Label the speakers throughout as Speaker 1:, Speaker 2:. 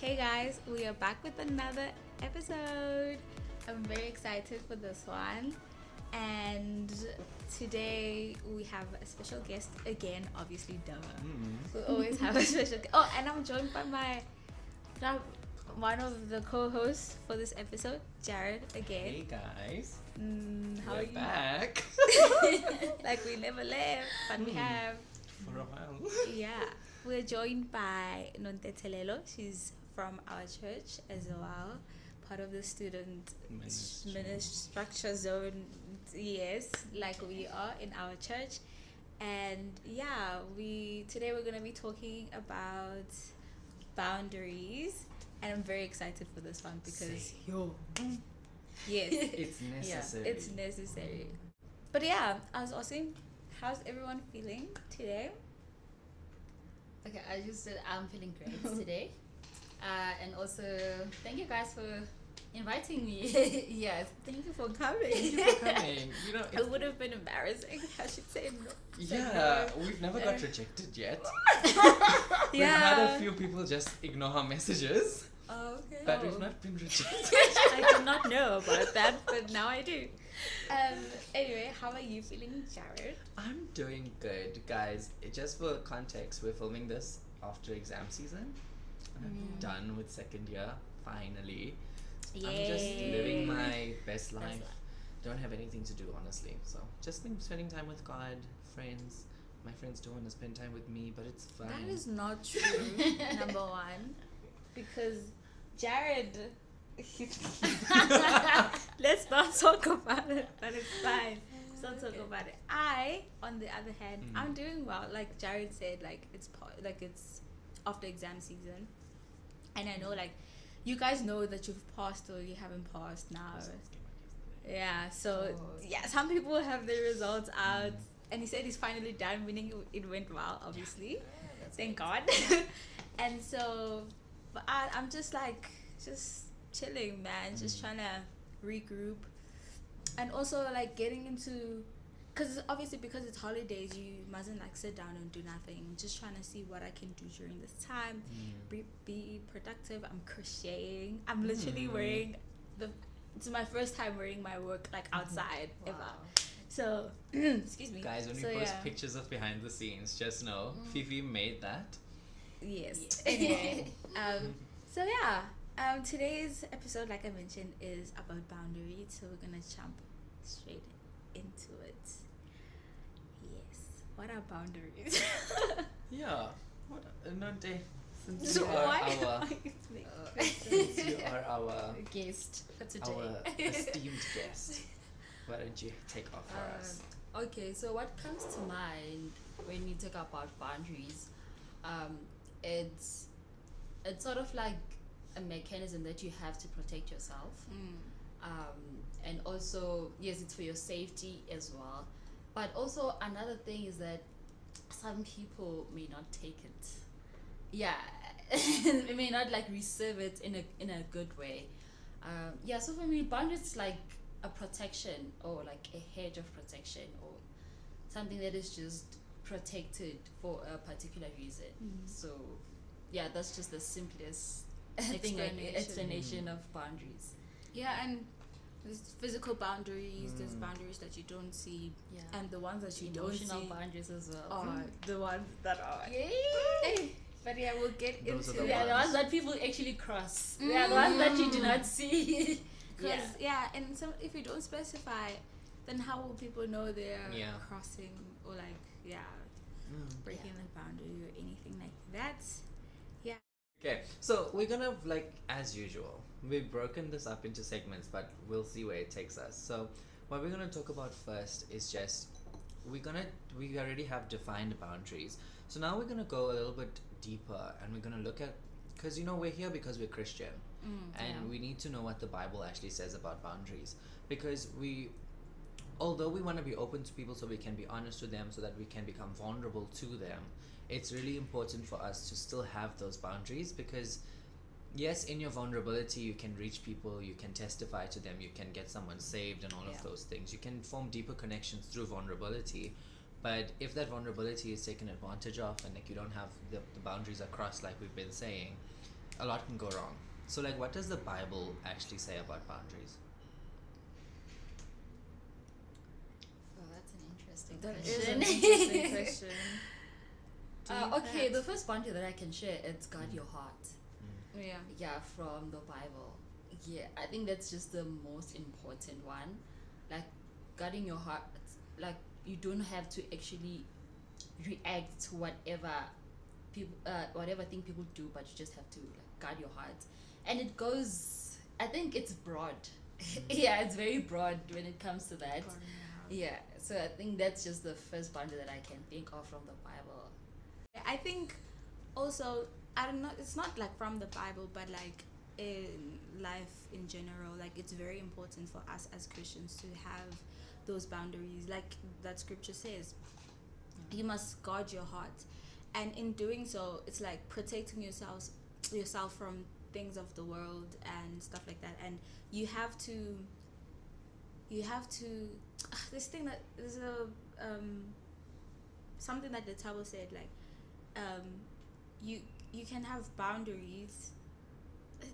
Speaker 1: Hey guys, we are back with another episode. I'm very excited for this one. And today we have a special guest again, obviously Dova.
Speaker 2: Mm-hmm.
Speaker 1: We always have a special guest. Oh, and I'm joined by my now one of the co-hosts for this episode, Jared again.
Speaker 2: Hey guys,
Speaker 1: Mm, how
Speaker 2: we're
Speaker 1: are you?
Speaker 2: back
Speaker 1: like we never left, but we
Speaker 2: Mm.
Speaker 1: have
Speaker 2: for a while.
Speaker 1: yeah. We're joined by Nonte Telelo. She's from our church as well, part of the student s-
Speaker 2: Ministry.
Speaker 1: structure zone. Yes, like we are in our church, and yeah, we today we're gonna be talking about boundaries, and I'm very excited for this one because
Speaker 2: yo,
Speaker 1: yes,
Speaker 2: it's necessary.
Speaker 1: yeah, it's necessary. But yeah, I was asking, how's everyone feeling today?
Speaker 3: Okay, I just said I'm feeling great today. Uh, and also, thank you guys for inviting me. yes.
Speaker 1: Thank you for coming.
Speaker 2: Thank you for coming. You know,
Speaker 1: It
Speaker 2: it's,
Speaker 1: would have been embarrassing. I should say no.
Speaker 2: yeah, we've never got
Speaker 1: Uh,
Speaker 2: rejected yet. We've had
Speaker 1: Yeah.
Speaker 2: a few people just ignore our messages,
Speaker 1: Oh, okay.
Speaker 2: but we've not been rejected.
Speaker 1: I did not know about that, but now I do. Um. Anyway, how are you feeling, Jared?
Speaker 2: I'm doing good, guys. It- Just for context, we're filming this after exam season. And I'm
Speaker 3: Mm.
Speaker 2: done with second year, finally. I'm just living my best life. Don't have anything to do, honestly. So just been spending time with God, friends. My friends don't want to spend time with me, but it's fun.
Speaker 1: That is not true. number one, because Jared. Let's not talk about it, but it's fine. Let's not talk
Speaker 3: Okay.
Speaker 1: about it. I, on the other hand,
Speaker 2: Mhm.
Speaker 1: I'm doing well. Like Jared said, like it's po- like it's after exam season, and I know like you guys know that you've passed or you haven't passed now. Yeah. So
Speaker 3: Oh.
Speaker 1: yeah, some people have their results out,
Speaker 2: Mhm.
Speaker 1: and he said he's finally done, meaning it went well, obviously thank God. and so, but I, I'm just like just chilling, man. Just
Speaker 2: Mm.
Speaker 1: trying to regroup, and also like getting into, cause obviously because it's holidays, you mustn't like sit down and do nothing. Just trying to see what I can do during this time.
Speaker 2: Mm.
Speaker 1: Be, be productive. I'm crocheting. I'm literally
Speaker 2: Mm.
Speaker 1: wearing the. It's my first time wearing my work like
Speaker 2: Mm-hmm.
Speaker 1: outside ever. So excuse me.
Speaker 2: Guys, when
Speaker 1: So,
Speaker 2: we post
Speaker 1: yeah.
Speaker 2: pictures of behind the scenes, just know
Speaker 3: Mm.
Speaker 2: Fifi made that.
Speaker 1: Yes.
Speaker 3: Yeah.
Speaker 1: Anyway, um, so yeah, um, today's episode, like I mentioned, is about boundaries. So we're gonna jump straight into it. Yes. What are boundaries?
Speaker 2: Yeah. What? uh, Not day. Since
Speaker 1: so
Speaker 2: you are
Speaker 1: why?
Speaker 2: our, since you are our,
Speaker 3: Guest for
Speaker 2: our
Speaker 3: today.
Speaker 2: esteemed guest, why don't you take off for
Speaker 1: Um,
Speaker 2: us?
Speaker 3: okay, so what comes to mind when you talk about boundaries? Um, it's it's sort of like a mechanism that you have to protect yourself.
Speaker 1: Mm.
Speaker 3: um, and also yes it's for your safety as well but also another thing is that some people may not take it yeah they may not like receive it in a in a good way um, yeah so for me boundaries is like a protection or like a hedge of protection or something that is just protected for a particular reason
Speaker 1: Mm.
Speaker 3: so yeah that's just the simplest thing like,
Speaker 1: Explanation.
Speaker 3: explanation of boundaries
Speaker 1: Yeah, and there's physical boundaries. There's
Speaker 2: Mm.
Speaker 1: boundaries that you don't see,
Speaker 3: yeah
Speaker 1: and the ones that you don't
Speaker 3: emotional
Speaker 1: see
Speaker 3: boundaries as well. Hmm.
Speaker 1: are the ones that are.
Speaker 3: yeah.
Speaker 1: Hey, but yeah, we'll get
Speaker 2: Those are
Speaker 1: into
Speaker 2: the
Speaker 1: it.
Speaker 3: They are the
Speaker 2: ones.
Speaker 3: ones that people actually cross. They are the ones that you do not see.
Speaker 1: Cause
Speaker 3: yeah.
Speaker 1: yeah. and some if you don't specify, then how will people know they're
Speaker 2: Yeah.
Speaker 1: crossing or like yeah
Speaker 2: Mm.
Speaker 1: breaking the boundary or anything like that?
Speaker 2: Okay, so we're gonna like as usual. We've broken this up into segments, but we'll see where it takes us. So, what we're gonna talk about first is just we're gonna we already have defined boundaries. So now we're gonna go a little bit deeper, and we're gonna look at because you know we're here because we're Christian,
Speaker 1: Mm.
Speaker 2: and
Speaker 3: Yeah.
Speaker 2: we need to know what the Bible actually says about boundaries because we. Although we want to be open to people so we can be honest with them, so that we can become vulnerable to them, it's really important for us to still have those boundaries because yes in your vulnerability you can reach people you can testify to them you can get someone saved and all
Speaker 3: Yeah.
Speaker 2: of those things you can form deeper connections through vulnerability but if that vulnerability is taken advantage of and like you don't have the, the boundaries are crossed like we've been saying a lot can go wrong. So, like, what does the Bible actually say about boundaries?
Speaker 3: Oh, that's an interesting
Speaker 1: That
Speaker 3: question.
Speaker 1: is an interesting question. Do
Speaker 3: Uh,
Speaker 1: you
Speaker 3: okay, the
Speaker 1: perhaps-
Speaker 3: first boundary that I can share is guard your heart.
Speaker 1: yeah.
Speaker 3: Yeah, from the Bible. Yeah, I think that's just the most important one. Like guarding your heart, like you don't have to actually react to whatever people, uh, whatever thing people do, but you just have to like guard your heart. And it goes. I think it's broad.
Speaker 2: Mm.
Speaker 3: yeah, it's very broad when it comes to that. Yeah, so I think that's just the first boundary that I can think of from the Bible.
Speaker 1: I think also I don't know. It's not like from the Bible, but like in life in general, like it's very important for us as Christians to have those boundaries. Like that scripture says, you must guard your heart, and in doing so, it's like protecting yourselves yourself from things of the world and stuff like that. And you have to. You have to. this thing that there's a um, something that the Tabo said like um, you you can have boundaries.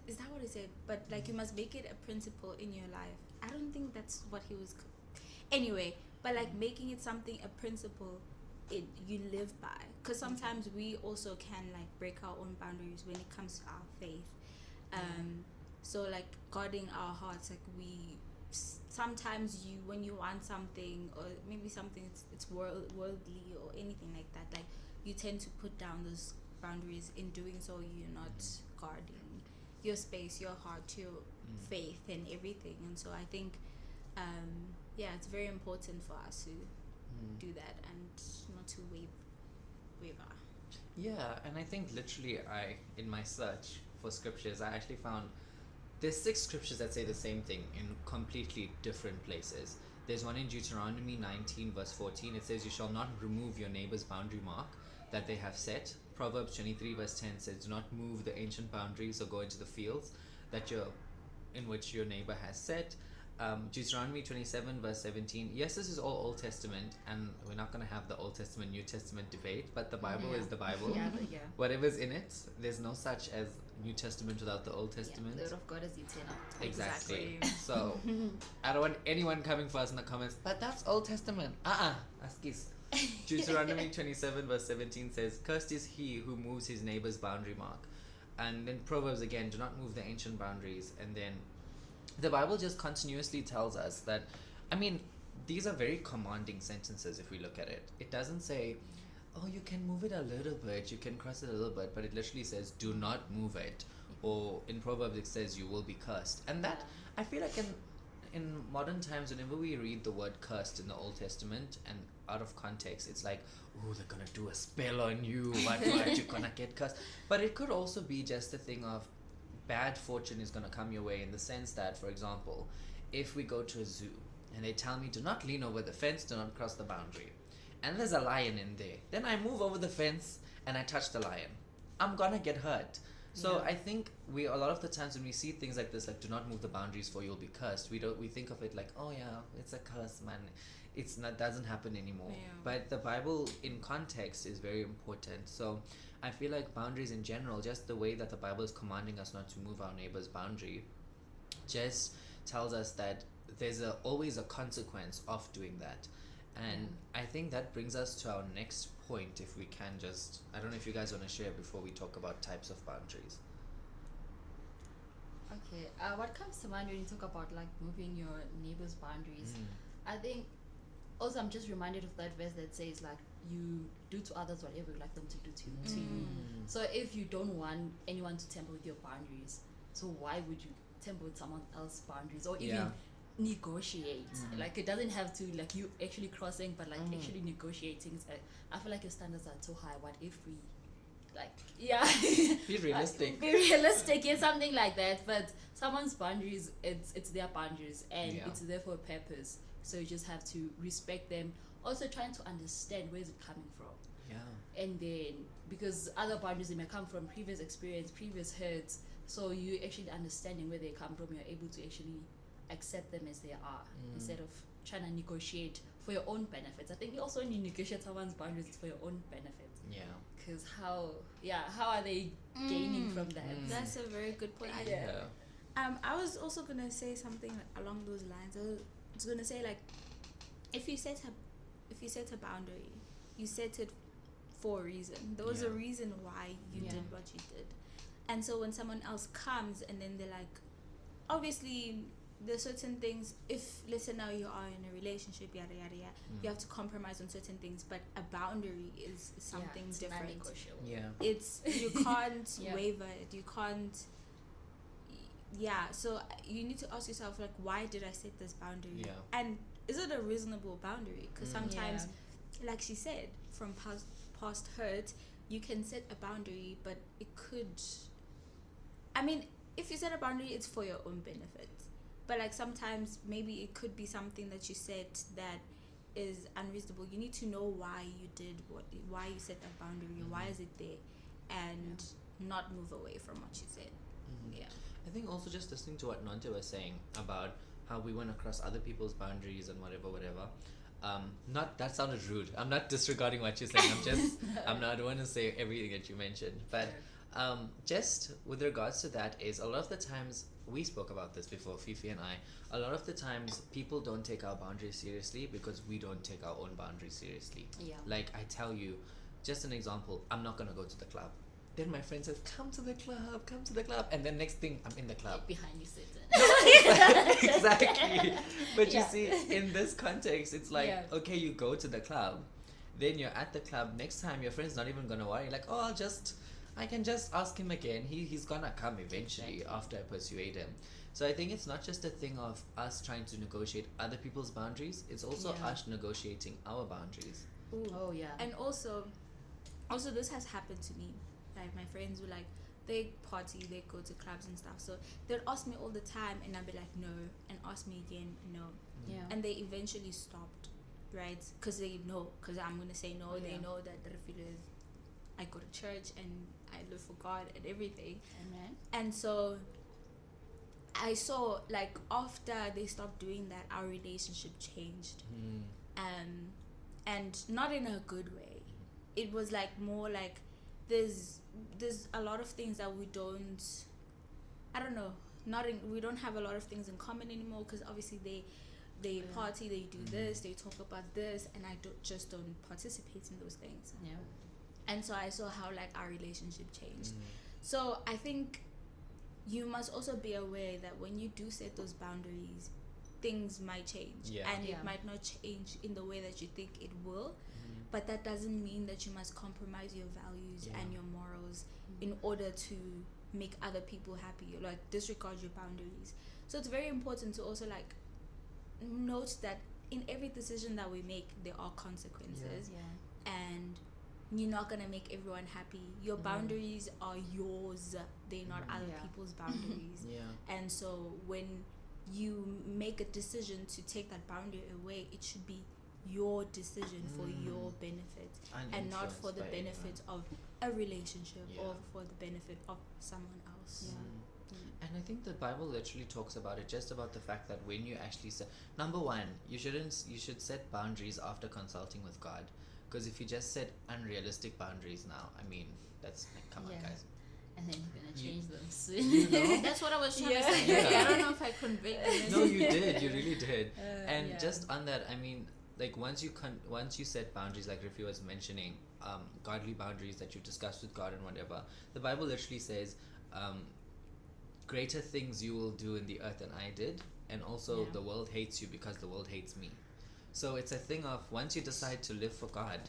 Speaker 1: Is that what he said? But like you must make it a principle in your life. I don't think that's what he was. c- Anyway, but like making it something a principle, it you live by. Because sometimes we also can like break our own boundaries when it comes to our faith. Um, so like guarding our hearts, like we s- sometimes you when you want something or maybe something it's, it's world, worldly or anything like that like you tend to put down those boundaries in doing so you're not guarding your space your heart your
Speaker 2: Mm.
Speaker 1: faith and everything and so i think um, yeah it's very important for us to
Speaker 2: Mm.
Speaker 1: do that and not to wave waver
Speaker 2: Yeah, and I think literally, I in my search for scriptures, I actually found there's six scriptures that say the same thing in completely different places. There's one in Deuteronomy 19, verse 14. It says, You shall not remove your neighbor's boundary mark that they have set. Proverbs 23, verse 10 says, Do not move the ancient boundaries or go into the fields that your, in which your neighbor has set. Um, Deuteronomy 27, verse 17. Yes, this is all Old Testament, and we're not going to have the Old Testament, New Testament debate, but the Bible
Speaker 3: Yeah.
Speaker 2: is the Bible.
Speaker 3: Yeah, but yeah.
Speaker 2: Whatever's in it, there's no such as New Testament without the Old Testament.
Speaker 3: The word of God is eternal.
Speaker 2: Exactly. So I don't want anyone coming for us in the comments, but that's Old Testament. Uh uh Askis. Deuteronomy 27, verse 17 says, Cursed is he who moves his neighbor's boundary mark. And then Proverbs again, do not move the ancient boundaries. And then the Bible just continuously tells us that, I mean, these are very commanding sentences if we look at it. It doesn't say, oh, you can move it a little bit, you can cross it a little bit, but it literally says, do not move it. Or in Proverbs, it says, you will be cursed. And that, I feel like in in modern times, whenever we read the word cursed in the Old Testament and out of context, it's like, oh, they're gonna do a spell on you, what, what, you're gonna get cursed. But it could also be just the thing of bad fortune is gonna come your way in the sense that, for example, if we go to a zoo and they tell me, do not lean over the fence, do not cross the boundary, and there's a lion in there, then I move over the fence and I touch the lion. I'm gonna get hurt. So
Speaker 3: Yeah.
Speaker 2: I think we a lot of the times when we see things like this, like do not move the boundaries for you'll be cursed. We don't we think of it like oh yeah, it's a curse, man. It's not doesn't happen anymore.
Speaker 1: Yeah.
Speaker 2: But the Bible in context is very important. So I feel like boundaries in general, just the way that the Bible is commanding us not to move our neighbor's boundary, just tells us that there's a, always a consequence of doing that. And I think that brings us to our next point if we can just I don't know if you guys want to share before we talk about types of boundaries.
Speaker 3: Okay, uh, what comes to mind when you talk about like moving your neighbor's boundaries?
Speaker 2: Mm.
Speaker 3: I think also I'm just reminded of that verse that says like you do to others whatever you like them to do to, to
Speaker 2: Mm.
Speaker 3: you. Mm. So if you don't want anyone to tamper with your boundaries, so why would you tamper with someone else's boundaries or even
Speaker 2: Yeah.
Speaker 3: negotiate?
Speaker 2: Mhm.
Speaker 3: Like it doesn't have to like you actually crossing, but like
Speaker 2: Mm.
Speaker 3: actually negotiating. So I feel like your standards are too high. What if we, like, yeah.
Speaker 2: Be realistic.
Speaker 3: Be realistic, yeah, something like that. But someone's boundaries, it's it's their boundaries, and
Speaker 2: Yeah.
Speaker 3: it's there for a purpose. So you just have to respect them. Also, trying to understand where is it coming from,
Speaker 2: Yeah.
Speaker 3: and then because other boundaries it may come from previous experience, previous hurts. So you actually understanding where they come from, you're able to actually accept them as they are
Speaker 2: Mm.
Speaker 3: instead of trying to negotiate for your own benefits. I think you also need to negotiate someone's boundaries it's for your own benefit.
Speaker 2: Yeah.
Speaker 3: Because how, yeah, how are they gaining
Speaker 1: Mm.
Speaker 3: from that?
Speaker 2: Mm.
Speaker 1: That's a very good point. I,
Speaker 3: Yeah.
Speaker 1: um, I was also gonna say something along those lines. I was- I was gonna say like, if you set a, if you set a boundary, you set it for a reason. There was
Speaker 2: Yeah.
Speaker 1: a reason why you
Speaker 3: Yeah.
Speaker 1: did what you did, and so when someone else comes and then they're like, obviously there's certain things. If let's say now you are in a relationship, yada yada yada,
Speaker 2: Mm.
Speaker 1: you have to compromise on certain things. But a boundary is something
Speaker 3: yeah,
Speaker 1: different
Speaker 3: non-negotiable.
Speaker 2: Mm. Yeah.
Speaker 1: it's you can't
Speaker 3: Yeah.
Speaker 1: waver it you can't yeah so uh, you need to ask yourself like why did i set this boundary
Speaker 2: Yeah.
Speaker 1: and is it a reasonable boundary because
Speaker 2: Mm.
Speaker 1: sometimes
Speaker 3: Yeah.
Speaker 1: like she said from past past hurt you can set a boundary but it could i mean if you set a boundary it's for your own benefit but like sometimes maybe it could be something that you set that is unreasonable you need to know why you did what why you set that boundary why is it there and not move away from what you said
Speaker 2: Mhm.
Speaker 1: yeah
Speaker 2: I think also just listening to what Nante was saying about how we went across other people's boundaries and whatever, whatever. Um, not that sounded rude. I'm not disregarding what you're saying. I'm just I'm not I don't want to say everything that you mentioned, but um, just with regards to that is a lot of the times we spoke about this before Fifi and I. A lot of the times people don't take our boundaries seriously because we don't take our own boundaries seriously.
Speaker 3: Yeah.
Speaker 2: Like I tell you, just an example, I'm not gonna go to the club. Then my friend says, Come to the club, come to the club and then next thing I'm in the club.
Speaker 3: Behind you Satan.
Speaker 2: exactly. But you
Speaker 3: Yeah.
Speaker 2: see, in this context it's like,
Speaker 3: Yeah.
Speaker 2: okay, you go to the club, then you're at the club, next time your friend's not even gonna worry, like, oh I'll just I can just ask him again. He he's gonna come eventually
Speaker 3: Exactly.
Speaker 2: after I persuade him. So I think it's not just a thing of us trying to negotiate other people's boundaries, it's also
Speaker 3: Yeah.
Speaker 2: us negotiating our boundaries.
Speaker 1: Ooh.
Speaker 3: Oh yeah.
Speaker 1: And also, also this has happened to me. Like my friends were like, they party, they go to clubs and stuff. So they'd ask me all the time, and I'd be like, no, and ask me again, no.
Speaker 3: yeah.
Speaker 1: And they eventually stopped, right? Because they know, because I'm gonna say no. They
Speaker 3: Yeah.
Speaker 1: know that the refill is. I go to church and I live for God and everything.
Speaker 3: Amen.
Speaker 1: And so I saw like after they stopped doing that, our relationship changed
Speaker 2: Mm.
Speaker 1: um, and not in a good way. It was like more like there's there's a lot of things that we don't. I don't know. Not in we don't have a lot of things in common anymore because obviously they they
Speaker 3: Yeah.
Speaker 1: party, they do
Speaker 2: Mhm.
Speaker 1: this, they talk about this, and I don't, just don't participate in those things.
Speaker 3: Yeah.
Speaker 1: And so I saw how like our relationship changed.
Speaker 2: Mm.
Speaker 1: So I think you must also be aware that when you do set those boundaries, things might change.
Speaker 2: Yeah.
Speaker 1: And
Speaker 3: Yeah.
Speaker 1: it might not change in the way that you think it will.
Speaker 2: Mhm.
Speaker 1: But that doesn't mean that you must compromise your values
Speaker 2: Yeah.
Speaker 1: and your morals
Speaker 3: Mhm.
Speaker 1: in order to make other people happy, like disregard your boundaries. So it's very important to also like note that in every decision that we make, there are consequences
Speaker 3: Yeah.
Speaker 1: and you're not gonna make everyone happy. Your
Speaker 2: Mhm.
Speaker 1: boundaries are yours; they're not
Speaker 2: Mhm.
Speaker 1: other
Speaker 3: Yeah.
Speaker 1: people's boundaries.
Speaker 2: Yeah.
Speaker 1: and so, when you make a decision to take that boundary away, it should be your decision for your
Speaker 2: Mm.
Speaker 1: benefit and not for
Speaker 2: uh,
Speaker 1: the benefit of a relationship or
Speaker 2: Yeah.
Speaker 1: for the benefit of someone else.
Speaker 3: Yeah.
Speaker 2: Mm. And I think the Bible literally talks about it, just about the fact that when you actually set, number one, you shouldn't, s- you should set boundaries after consulting with God, because if you just set unrealistic boundaries now, I mean, that's like, come on,
Speaker 3: Yeah.
Speaker 2: guys.
Speaker 3: And then you're gonna
Speaker 2: You-
Speaker 3: change them soon.
Speaker 2: you know?
Speaker 1: That's what I was trying
Speaker 3: Yeah.
Speaker 1: to say.
Speaker 2: Yeah.
Speaker 1: I don't know if I conveyed this.
Speaker 2: No, you did, you really did.
Speaker 3: Uh,
Speaker 2: And
Speaker 3: yeah.
Speaker 2: just on that, I mean, like once you con- once you set boundaries, like Rifi was mentioning, um, godly boundaries that you discussed with God and whatever, the Bible literally says, um, greater things you will do in the earth than I did, and also
Speaker 3: Yeah.
Speaker 2: the world hates you because the world hates me. So it's a thing of once you decide to live for God,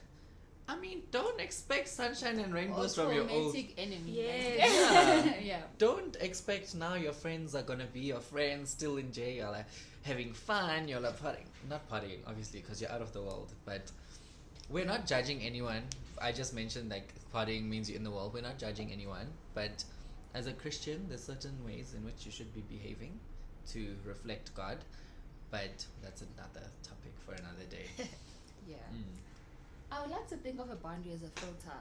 Speaker 2: I mean, don't expect sunshine and rainbows from your old Mm.
Speaker 3: Automatic enemy.
Speaker 1: Yes.
Speaker 3: Yeah. yeah.
Speaker 2: don't expect now your friends are gonna be your friends still in jail, like, having fun. You're like partying, not partying, obviously, because you're out of the world. But we're not judging anyone. I just mentioned like partying means you're in the world. We're not judging anyone. But as a Christian, there's certain ways in which you should be behaving to reflect God. But that's another topic for another day.
Speaker 3: Yeah.
Speaker 2: Mm.
Speaker 3: I would like to think of a boundary as a filter.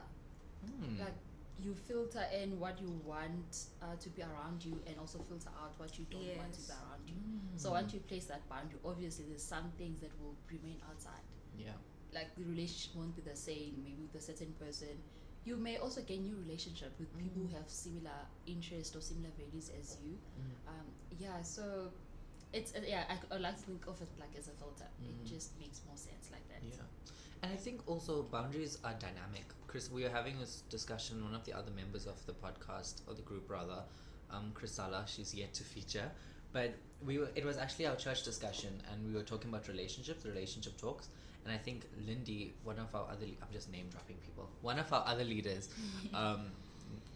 Speaker 2: Mm.
Speaker 3: Like you filter in what you want uh, to be around you and also filter out what you don't want to
Speaker 1: Yes.
Speaker 3: be around you. mm.
Speaker 2: Mm.
Speaker 3: So once you place that boundary, obviously there's some things that will remain outside.
Speaker 2: yeah
Speaker 3: Like the relationship won't be the same, maybe with a certain person. You may also get new relationship with people who have similar interests or similar values as you.
Speaker 2: Mm.
Speaker 3: Um, yeah, so it's uh, yeah. I, I like to think of it like as a filter.
Speaker 2: Mhm.
Speaker 3: It just makes more sense like that.
Speaker 2: Yeah. And I think also boundaries are dynamic. Chris, we were having this discussion, one of the other members of the podcast, or the group rather, um, Chrisala, she's yet to feature. But we were, it was actually our church discussion, and we were talking about relationships, relationship talks. And I think Lindy, one of our other, le- I'm just name dropping people, one of our other leaders, um,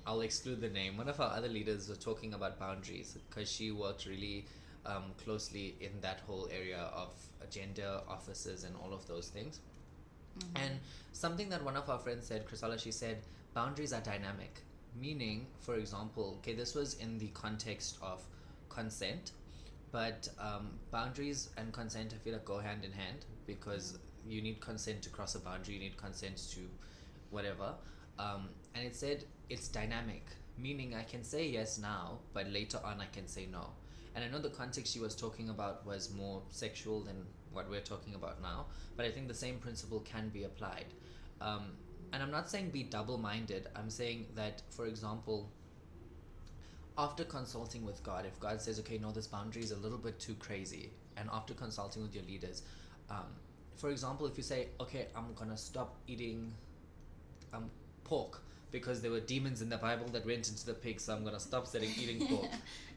Speaker 2: I'll exclude the name, one of our other leaders was talking about boundaries because she worked really um, closely in that whole area of gender, offices, and all of those things.
Speaker 3: Mm-hmm.
Speaker 2: And something that one of our friends said, Chrisala, she said, boundaries are dynamic. Meaning, for example, okay, this was in the context of consent, but um, boundaries and consent, I feel like go hand in hand because you need consent to cross a boundary, you need consent to whatever. Um, and it said it's dynamic, meaning I can say yes now, but later on I can say no. And I know the context she was talking about was more sexual than what we're talking about now, but I think the same principle can be applied. Um, and I'm not saying be double minded, I'm saying that, for example, after consulting with God, if God says, okay, no, this boundary is a little bit too crazy, and after consulting with your leaders, um, for example, if you say, okay, I'm gonna stop eating um, pork because there were demons in the Bible that went into the pig, so I'm gonna stop setting eating pork.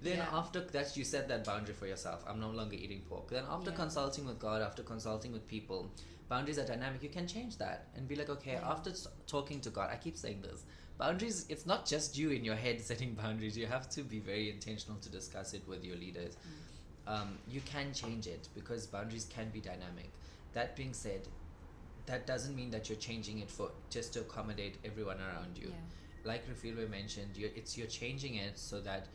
Speaker 2: Then
Speaker 3: Yeah.
Speaker 2: after that, you set that boundary for yourself. I'm no longer eating pork. Then after
Speaker 3: Yeah.
Speaker 2: consulting with God, after consulting with people, boundaries are dynamic. You can change that and be like, okay,
Speaker 3: Yeah.
Speaker 2: after s- talking to God, I keep saying this. Boundaries, it's not just you in your head setting boundaries. You have to be very intentional to discuss it with your leaders.
Speaker 3: Mm.
Speaker 2: Um, you can change it because boundaries can be dynamic. That being said, that doesn't mean that you're changing it for just to accommodate everyone around you
Speaker 3: yeah.
Speaker 2: like Rafilwe mentioned, you're, it's you're changing it so that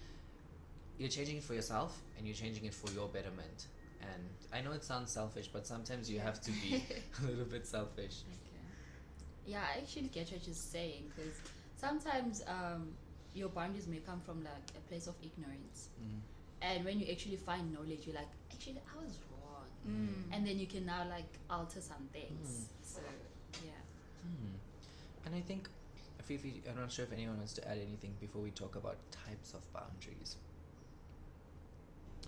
Speaker 2: you're changing it for yourself and you're changing it for your betterment. And I know it sounds selfish, but sometimes you have to be a little bit selfish.
Speaker 3: Okay. Yeah, I actually get what you're saying because sometimes um, your boundaries may come from like a place of ignorance,
Speaker 2: Mm.
Speaker 3: and when you actually find knowledge, you're like, actually, I was wrong,
Speaker 1: Mm.
Speaker 3: and then you can now like alter some things. So yeah,
Speaker 2: Hmm. And I think, Fifi, I'm not sure if anyone wants to add anything before we talk about types of boundaries.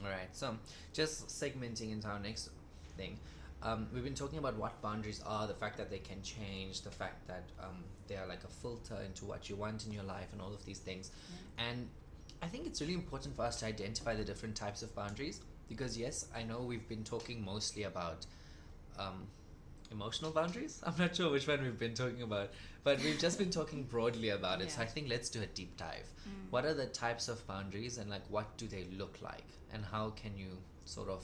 Speaker 2: All right, so just segmenting into our next thing. Um, we've been talking about what boundaries are, the fact that they can change, the fact that um, they are like a filter into what you want in your life, and all of these things. And I think it's really important for us to identify the different types of boundaries because, yes, I know we've been talking mostly about um, emotional boundaries. I'm not sure which one we've been talking about, but we've just been talking broadly about it. So I
Speaker 3: Yeah.
Speaker 2: think let's do a deep dive.
Speaker 1: Mm.
Speaker 2: What are the types of boundaries and like what do they look like and how can you sort of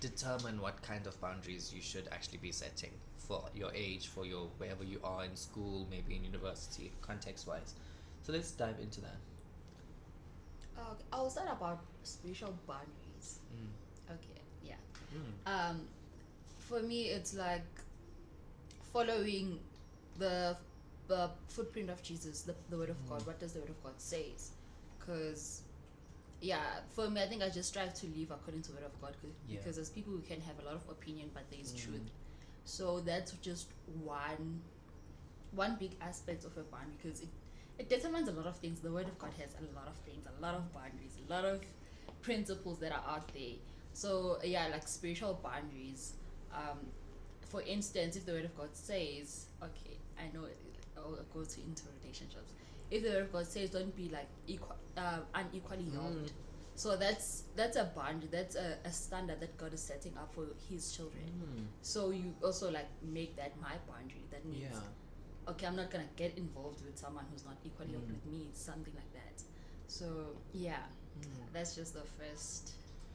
Speaker 2: determine what kind of boundaries you should actually be setting for your age, for your wherever you are in school, maybe in university, context wise. So let's dive into that.
Speaker 3: okay. Uh, I'll start about spiritual boundaries.
Speaker 2: Mm.
Speaker 3: Okay, yeah.
Speaker 2: Mm.
Speaker 3: um, for me it's like following the the footprint of jesus the, the word of god what does the word of god says because yeah for me i think i just strive to live according to the word of god 'cause-
Speaker 2: Yeah.
Speaker 3: because as people we can have a lot of opinion but there is truth so that's just one one big aspect of a boundary because it it determines a lot of things the word of god has a lot of things a lot of boundaries a lot of principles that are out there so yeah, like spiritual boundaries. Um, for instance, if the word of God says, okay, I know it, I'll go to into relationships. If the word of God says, don't be like equal, uh,
Speaker 2: Mm.
Speaker 3: unequally yoked. So that's that's a boundary. That's a, a standard that God is setting up for His children.
Speaker 2: Mm.
Speaker 3: So you also like make that my boundary. That means
Speaker 2: Yeah.
Speaker 3: okay, I'm not gonna get involved with someone who's not equally yoked
Speaker 2: Mm.
Speaker 3: with me. Something like that. So yeah,
Speaker 2: Mm.
Speaker 3: that's just the first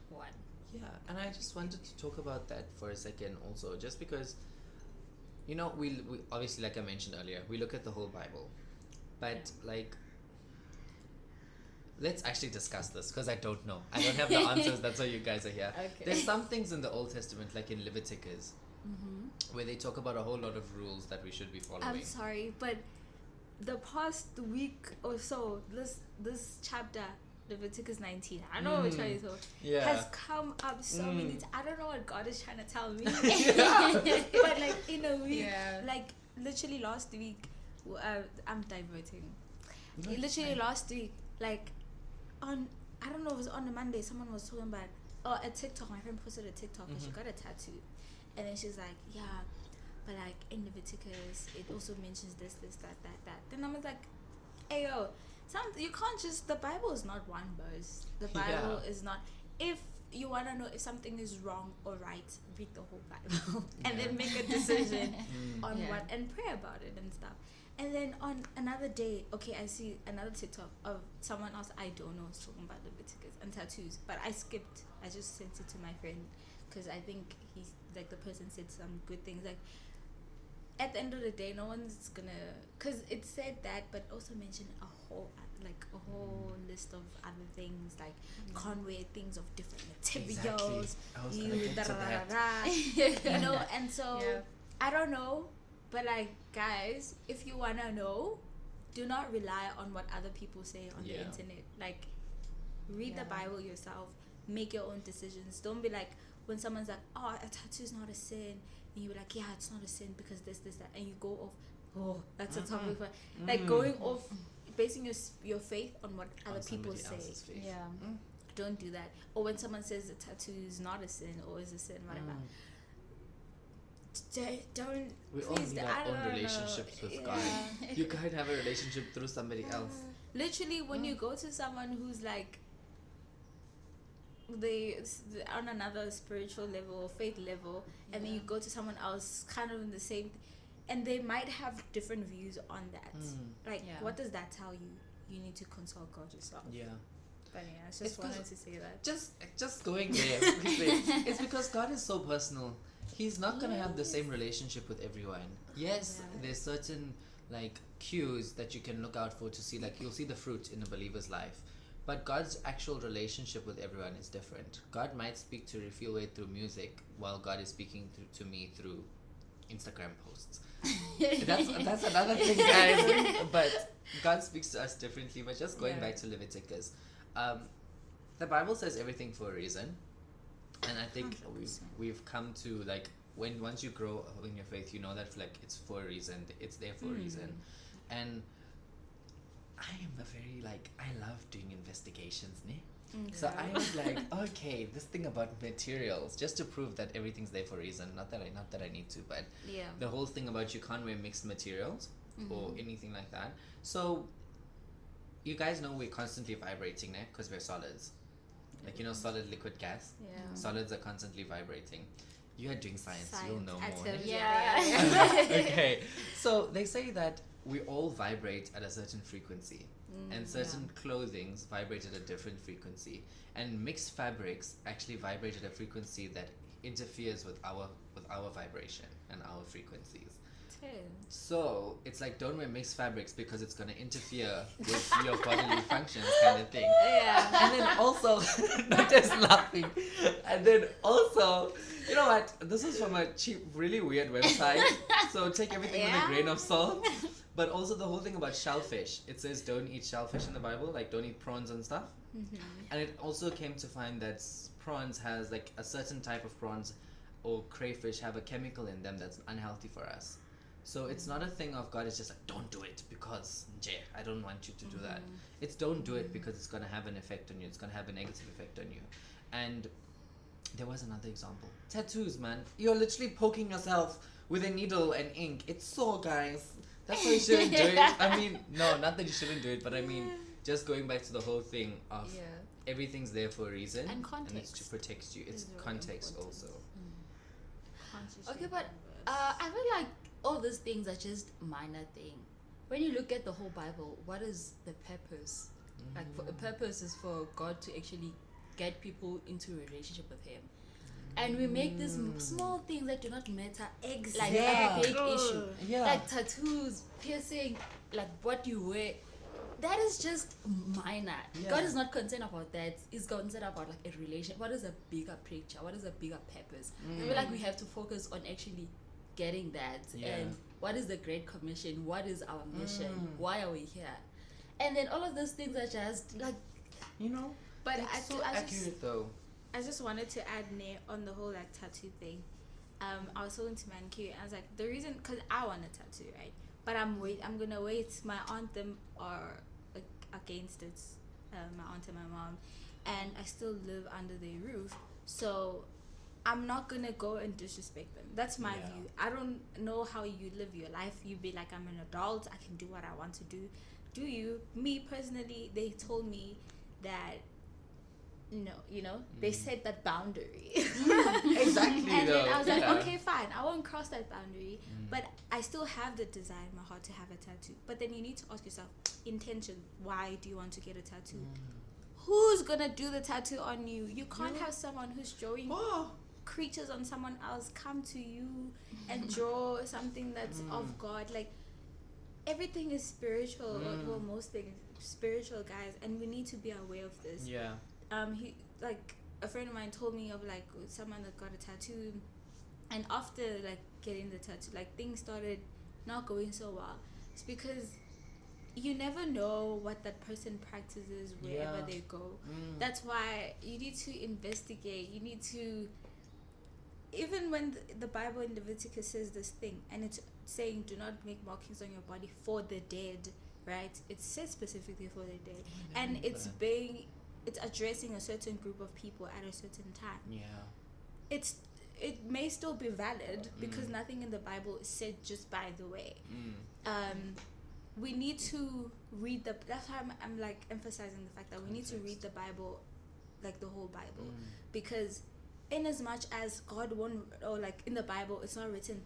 Speaker 3: one.
Speaker 2: Yeah, and I just wanted to talk about that for a second also, just because, you know, we, we obviously, like I mentioned earlier, we look at the whole Bible, but like, let's actually discuss this because I don't know. I don't have the answers. That's why you guys are here.
Speaker 3: Okay.
Speaker 2: There's some things in the Old Testament, like in Leviticus,
Speaker 3: Mm-hmm.
Speaker 2: where they talk about a whole lot of rules that we should be following.
Speaker 1: I'm sorry, but the past week or so, this this chapter, Leviticus 19, I don't know which one
Speaker 2: Mm.
Speaker 1: you thought,
Speaker 2: Yeah.
Speaker 1: has come up so many
Speaker 2: Mm.
Speaker 1: times. I don't know what God is trying to tell me,
Speaker 2: Yeah.
Speaker 1: but like in a week,
Speaker 3: yeah.
Speaker 1: like literally last week, w- uh, I'm diverting.
Speaker 2: No, it's
Speaker 1: Literally
Speaker 2: fine.
Speaker 1: last week, like on I don't know, it was on a Monday. Someone was talking about oh a TikTok. My friend posted a TikTok and she
Speaker 2: Mhm.
Speaker 1: got a tattoo, and then she's like, yeah, but like in Leviticus, it also mentions this, this, that, that, that. Then I was like, ayo, some you can't just the Bible is not one verse. The Bible
Speaker 2: Yeah.
Speaker 1: is not if. You want to know if something is wrong or right, read the whole Bible and
Speaker 2: Yeah.
Speaker 1: then make a decision
Speaker 2: Mm.
Speaker 1: on
Speaker 3: Yeah.
Speaker 1: what and pray about it and stuff. And then on another day, okay, I see another TikTok of someone else I don't know is talking about Leviticus and tattoos, but I skipped. I just sent it to my friend because I think he's like the person said some good things. Like at the end of the day, no one's gonna because it said that, but also mentioned a whole uh, like a whole
Speaker 2: Mm.
Speaker 1: list of other things like can't wear things of different
Speaker 2: Exactly.
Speaker 1: materials.
Speaker 2: I was gonna
Speaker 1: You
Speaker 2: get
Speaker 1: da
Speaker 2: to
Speaker 1: da da
Speaker 2: that.
Speaker 1: da. You know, and so.
Speaker 3: Yeah.
Speaker 1: I don't know, but like guys, if you wanna know, do not rely on what other people say on the
Speaker 2: Yeah.
Speaker 1: internet. Like read
Speaker 3: Yeah.
Speaker 1: the Bible yourself, make your own decisions. Don't be like when someone's like, Oh, a tattoo's not a sin and you're like, Yeah, it's not a sin because this, this, that and you go off oh, that's
Speaker 2: Mhm.
Speaker 1: a topic for like
Speaker 2: Mm.
Speaker 1: going off basing your s- your faith on what
Speaker 2: On
Speaker 1: other people
Speaker 2: somebody
Speaker 1: say.
Speaker 2: else's faith.
Speaker 3: Yeah.
Speaker 2: Mm.
Speaker 1: Don't do that. Or when someone says a tattoo is not a sin or is a sin, whatever.
Speaker 2: Mm.
Speaker 1: D- Don't
Speaker 2: We all
Speaker 1: please,
Speaker 2: need
Speaker 1: I
Speaker 2: our
Speaker 1: don't know.
Speaker 2: own relationships with God.
Speaker 1: Yeah.
Speaker 2: You can't have a relationship through somebody else.
Speaker 1: Literally, when
Speaker 3: Mm.
Speaker 1: you go to someone who's like they s- on another spiritual level or faith level, and then you go to someone else kind of in the same, and they might have different views on that.
Speaker 2: Mm.
Speaker 1: Like,
Speaker 3: Yeah.
Speaker 1: what does that tell you? You need to consult God yourself.
Speaker 2: Yeah.
Speaker 1: But yeah, I just
Speaker 2: It's 'cause-
Speaker 1: wanted to say that.
Speaker 2: Just just going there. quickly. it's because God is so personal. He's not gonna have the same relationship with everyone. Yes,
Speaker 1: Yeah.
Speaker 2: there's certain like cues that you can look out for to see like you'll see the fruit in a believer's life. But God's actual relationship with everyone is different. God might speak to Refuelway through music while God is speaking through, to me through Instagram posts. that's that's another thing, guys. but God speaks to us differently. But just going
Speaker 1: Yeah.
Speaker 2: back to Leviticus, um, the Bible says everything for a reason, and I think we've
Speaker 1: 100%.
Speaker 2: we've come to like when once you grow up in your faith, you know that like it's for a reason. It's there for a reason, and. I am a very like I love doing investigations, ne?
Speaker 1: Mm.
Speaker 2: So I was like, okay, this thing about materials, just to prove that everything's there for a reason. Not that I not that I need to, but
Speaker 1: yeah. Mm-hmm.
Speaker 2: the whole thing about you can't wear mixed materials or anything like that. So, you guys know we're constantly vibrating there because we're solids. Like, you know, solid, liquid, gas.
Speaker 1: yeah.
Speaker 2: Solids are constantly vibrating. You are doing science, you'll know
Speaker 1: I
Speaker 2: more.
Speaker 1: tell
Speaker 2: eh?
Speaker 1: you,
Speaker 3: Yeah.
Speaker 2: okay, so they say that we all vibrate at a certain frequency,
Speaker 1: Mm,
Speaker 2: and certain clothings vibrate at a different frequency, and mixed fabrics actually vibrate at a frequency that interferes with our with our vibration and our frequencies. So it's like don't wear mixed fabrics because it's gonna interfere with your bodily functions kind of thing.
Speaker 1: Yeah.
Speaker 2: And then also not just laughing. And then also you know what? This is from a cheap, really weird website. So take everything with a
Speaker 1: Yeah.
Speaker 2: grain of salt. But also the whole thing about shellfish. It says don't eat shellfish in the Bible, like don't eat prawns and stuff. And it also came to find that s- prawns has like a certain type of prawns or crayfish have a chemical in them that's unhealthy for us. So it's not a thing of God is just like don't do it because Jay, I don't want you to do
Speaker 1: Mm-hmm.
Speaker 2: that. It's don't do it because it's gonna have an effect on you. It's gonna have a negative effect on you. And there was another example. Tattoos, man. You're literally poking yourself with a needle and ink. It's sore, guys. That's why you shouldn't do it. I mean, no, not that you shouldn't do it, but I mean, just going back to the whole thing of
Speaker 3: Yeah.
Speaker 2: everything's there for a reason
Speaker 1: And
Speaker 2: it's to
Speaker 1: context
Speaker 2: protect you it's
Speaker 1: is really
Speaker 2: context
Speaker 1: important.
Speaker 2: also
Speaker 3: Okay, but, Uh, I feel like all these things are just minor thing. When you look at the whole Bible, what is the purpose? Like, for, the
Speaker 2: Mm.
Speaker 3: purpose is for God to actually get people into a relationship with Him, and we make these m-
Speaker 2: Mm.
Speaker 3: small things that do not matter
Speaker 1: exactly.
Speaker 2: Yeah.
Speaker 3: big issue.
Speaker 2: yeah
Speaker 3: like tattoos, piercing, like what you wear. That is just minor.
Speaker 2: Yeah.
Speaker 3: God is not concerned about that. He's concerned about like
Speaker 2: Mm.
Speaker 3: a relation. What is a bigger picture? What is a bigger purpose? I feel like we have to focus on actually getting that
Speaker 2: Yeah.
Speaker 3: and what is the great commission what is our mission
Speaker 2: Mm.
Speaker 3: why are we here and then all of those things are just like
Speaker 2: You know,
Speaker 1: But
Speaker 2: that's
Speaker 1: I,
Speaker 2: so
Speaker 1: ju- I
Speaker 2: accurate
Speaker 1: just,
Speaker 2: though.
Speaker 1: I just wanted to add Nair on the whole like tattoo thing. Um, I was talking to Manicure and I was like, the reason, cause I want a tattoo, right? But I'm wait, I'm gonna wait. My aunt them are like, against it. Uh, my aunt and my mom, and I still live under their roof, so I'm not gonna go and disrespect them. That's my
Speaker 2: Yeah.
Speaker 1: view. I don't know how you live your life. You be like, I'm an adult. I can do what I want to do. Do you? Me personally, they told me that no, you know, they
Speaker 2: Mm.
Speaker 1: set that boundary.
Speaker 2: Exactly,
Speaker 1: And then
Speaker 2: though.
Speaker 1: I was like,
Speaker 2: Yeah.
Speaker 1: okay, fine. I won't cross that boundary.
Speaker 2: Mm.
Speaker 1: But I still have the desire in my heart to have a tattoo. But then you need to ask yourself, intention. Why do you want to get a tattoo? Who's gonna do the tattoo on you? You can't
Speaker 2: Mm. You-
Speaker 1: have someone who's drawing
Speaker 2: Oh,
Speaker 1: creatures on someone else come to you and draw something that's of
Speaker 2: Mm.
Speaker 1: God. Like everything is spiritual. or-
Speaker 2: Mm.
Speaker 1: Well, most things spiritual, guys, and we need to be aware of this.
Speaker 2: yeah.
Speaker 1: Um, he like a friend of mine told me of like someone that got a tattoo, and after like getting the tattoo, like things started not going so well. It's because you never know what that person practices wherever
Speaker 2: Yeah.
Speaker 1: they go.
Speaker 2: Mm.
Speaker 1: That's why you need to investigate. You need to, even when the, the Bible in Leviticus says this thing, and it's saying, "Do not make markings on your body for the dead." Right? It says specifically for the dead, and
Speaker 2: Mm-hmm. Mm.
Speaker 1: it's being, it's addressing a certain group of people at a certain time.
Speaker 2: yeah.
Speaker 1: It's it may still be valid because
Speaker 2: Mm.
Speaker 1: nothing in the Bible is said just by the way
Speaker 2: Mm.
Speaker 1: um, we need to read the that's why I'm, I'm like emphasizing the fact that we need to read
Speaker 2: Context.
Speaker 1: the bible like the whole bible
Speaker 2: Mm.
Speaker 1: because in as much as god won't or like in the bible it's not written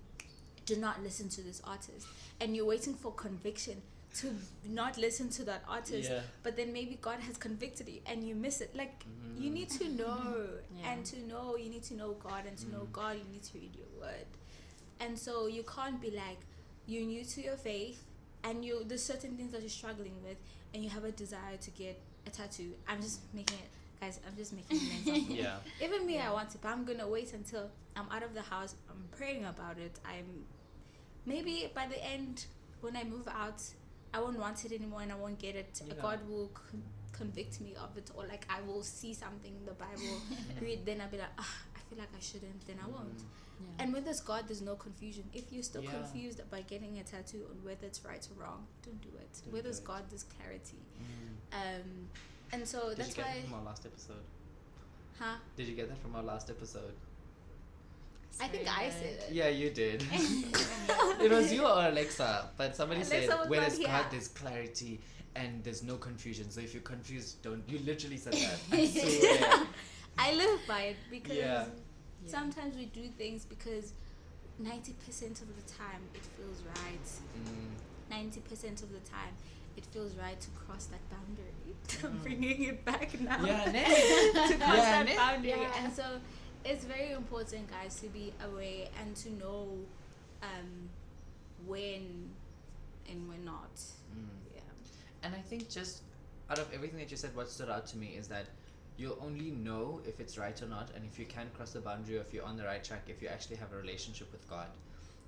Speaker 1: do not listen to this artist and you're waiting for conviction to not listen to that artist
Speaker 2: Yeah.
Speaker 1: but then maybe god has convicted you and you miss it like you
Speaker 2: Mm.
Speaker 1: need to know
Speaker 3: Yeah.
Speaker 1: and to know you need to know god and to know
Speaker 2: Mm.
Speaker 1: god you need to read your word and so you can't be like you're new to your faith and you there's certain things that you're struggling with and you have a desire to get a tattoo i'm just making it guys i'm just making an example
Speaker 2: Yeah.
Speaker 1: even me
Speaker 3: Yeah.
Speaker 1: i want to but i'm gonna wait until i'm out of the house i'm praying about it i'm maybe by the end when i move out i won't want it anymore and i won't get it
Speaker 2: Yeah.
Speaker 1: god will con- convict me of it or like i will see something in the bible read then i'll be like ah, i feel like i shouldn't then i won't
Speaker 2: Mm.
Speaker 1: and with this god there's no confusion if you're still
Speaker 2: Yeah.
Speaker 1: confused by getting a tattoo on whether it's right or wrong don't do it
Speaker 2: Don't
Speaker 1: with
Speaker 2: do
Speaker 1: this
Speaker 2: it.
Speaker 1: god there's clarity
Speaker 2: Mm.
Speaker 1: um and so
Speaker 2: Did
Speaker 1: that's
Speaker 2: you get
Speaker 1: why
Speaker 2: that from our last episode?
Speaker 1: huh
Speaker 2: Did you get that from our last episode?
Speaker 1: i think
Speaker 3: Sorry,
Speaker 1: i
Speaker 3: but-
Speaker 1: said it
Speaker 2: Yeah, you did. it was you or Alexa, but somebody
Speaker 1: Alexa was
Speaker 2: said where
Speaker 1: not
Speaker 2: there's God,
Speaker 1: here."
Speaker 2: there's clarity and there's no confusion. So if you're confused, don't. You literally said that. I swear.
Speaker 1: I live by it because
Speaker 2: Yeah.
Speaker 3: Yeah.
Speaker 1: sometimes we do things because 90% of the time it feels right.
Speaker 2: Mm.
Speaker 1: 90% of the time it feels right to cross that boundary. I'm
Speaker 2: Mm.
Speaker 1: bringing it back now.
Speaker 2: Yeah, ne?
Speaker 1: to cross
Speaker 2: Yeah,
Speaker 1: that
Speaker 2: ne?
Speaker 1: boundary.
Speaker 3: Yeah.
Speaker 1: And so it's very important, guys, to be aware and to know um, when and when not.
Speaker 2: Mm.
Speaker 1: Yeah.
Speaker 2: And I think just out of everything that you said, what stood out to me is that you'll only know if it's right or not, and if you can cross the boundary, or if you're on the right track, if you actually have a relationship with God.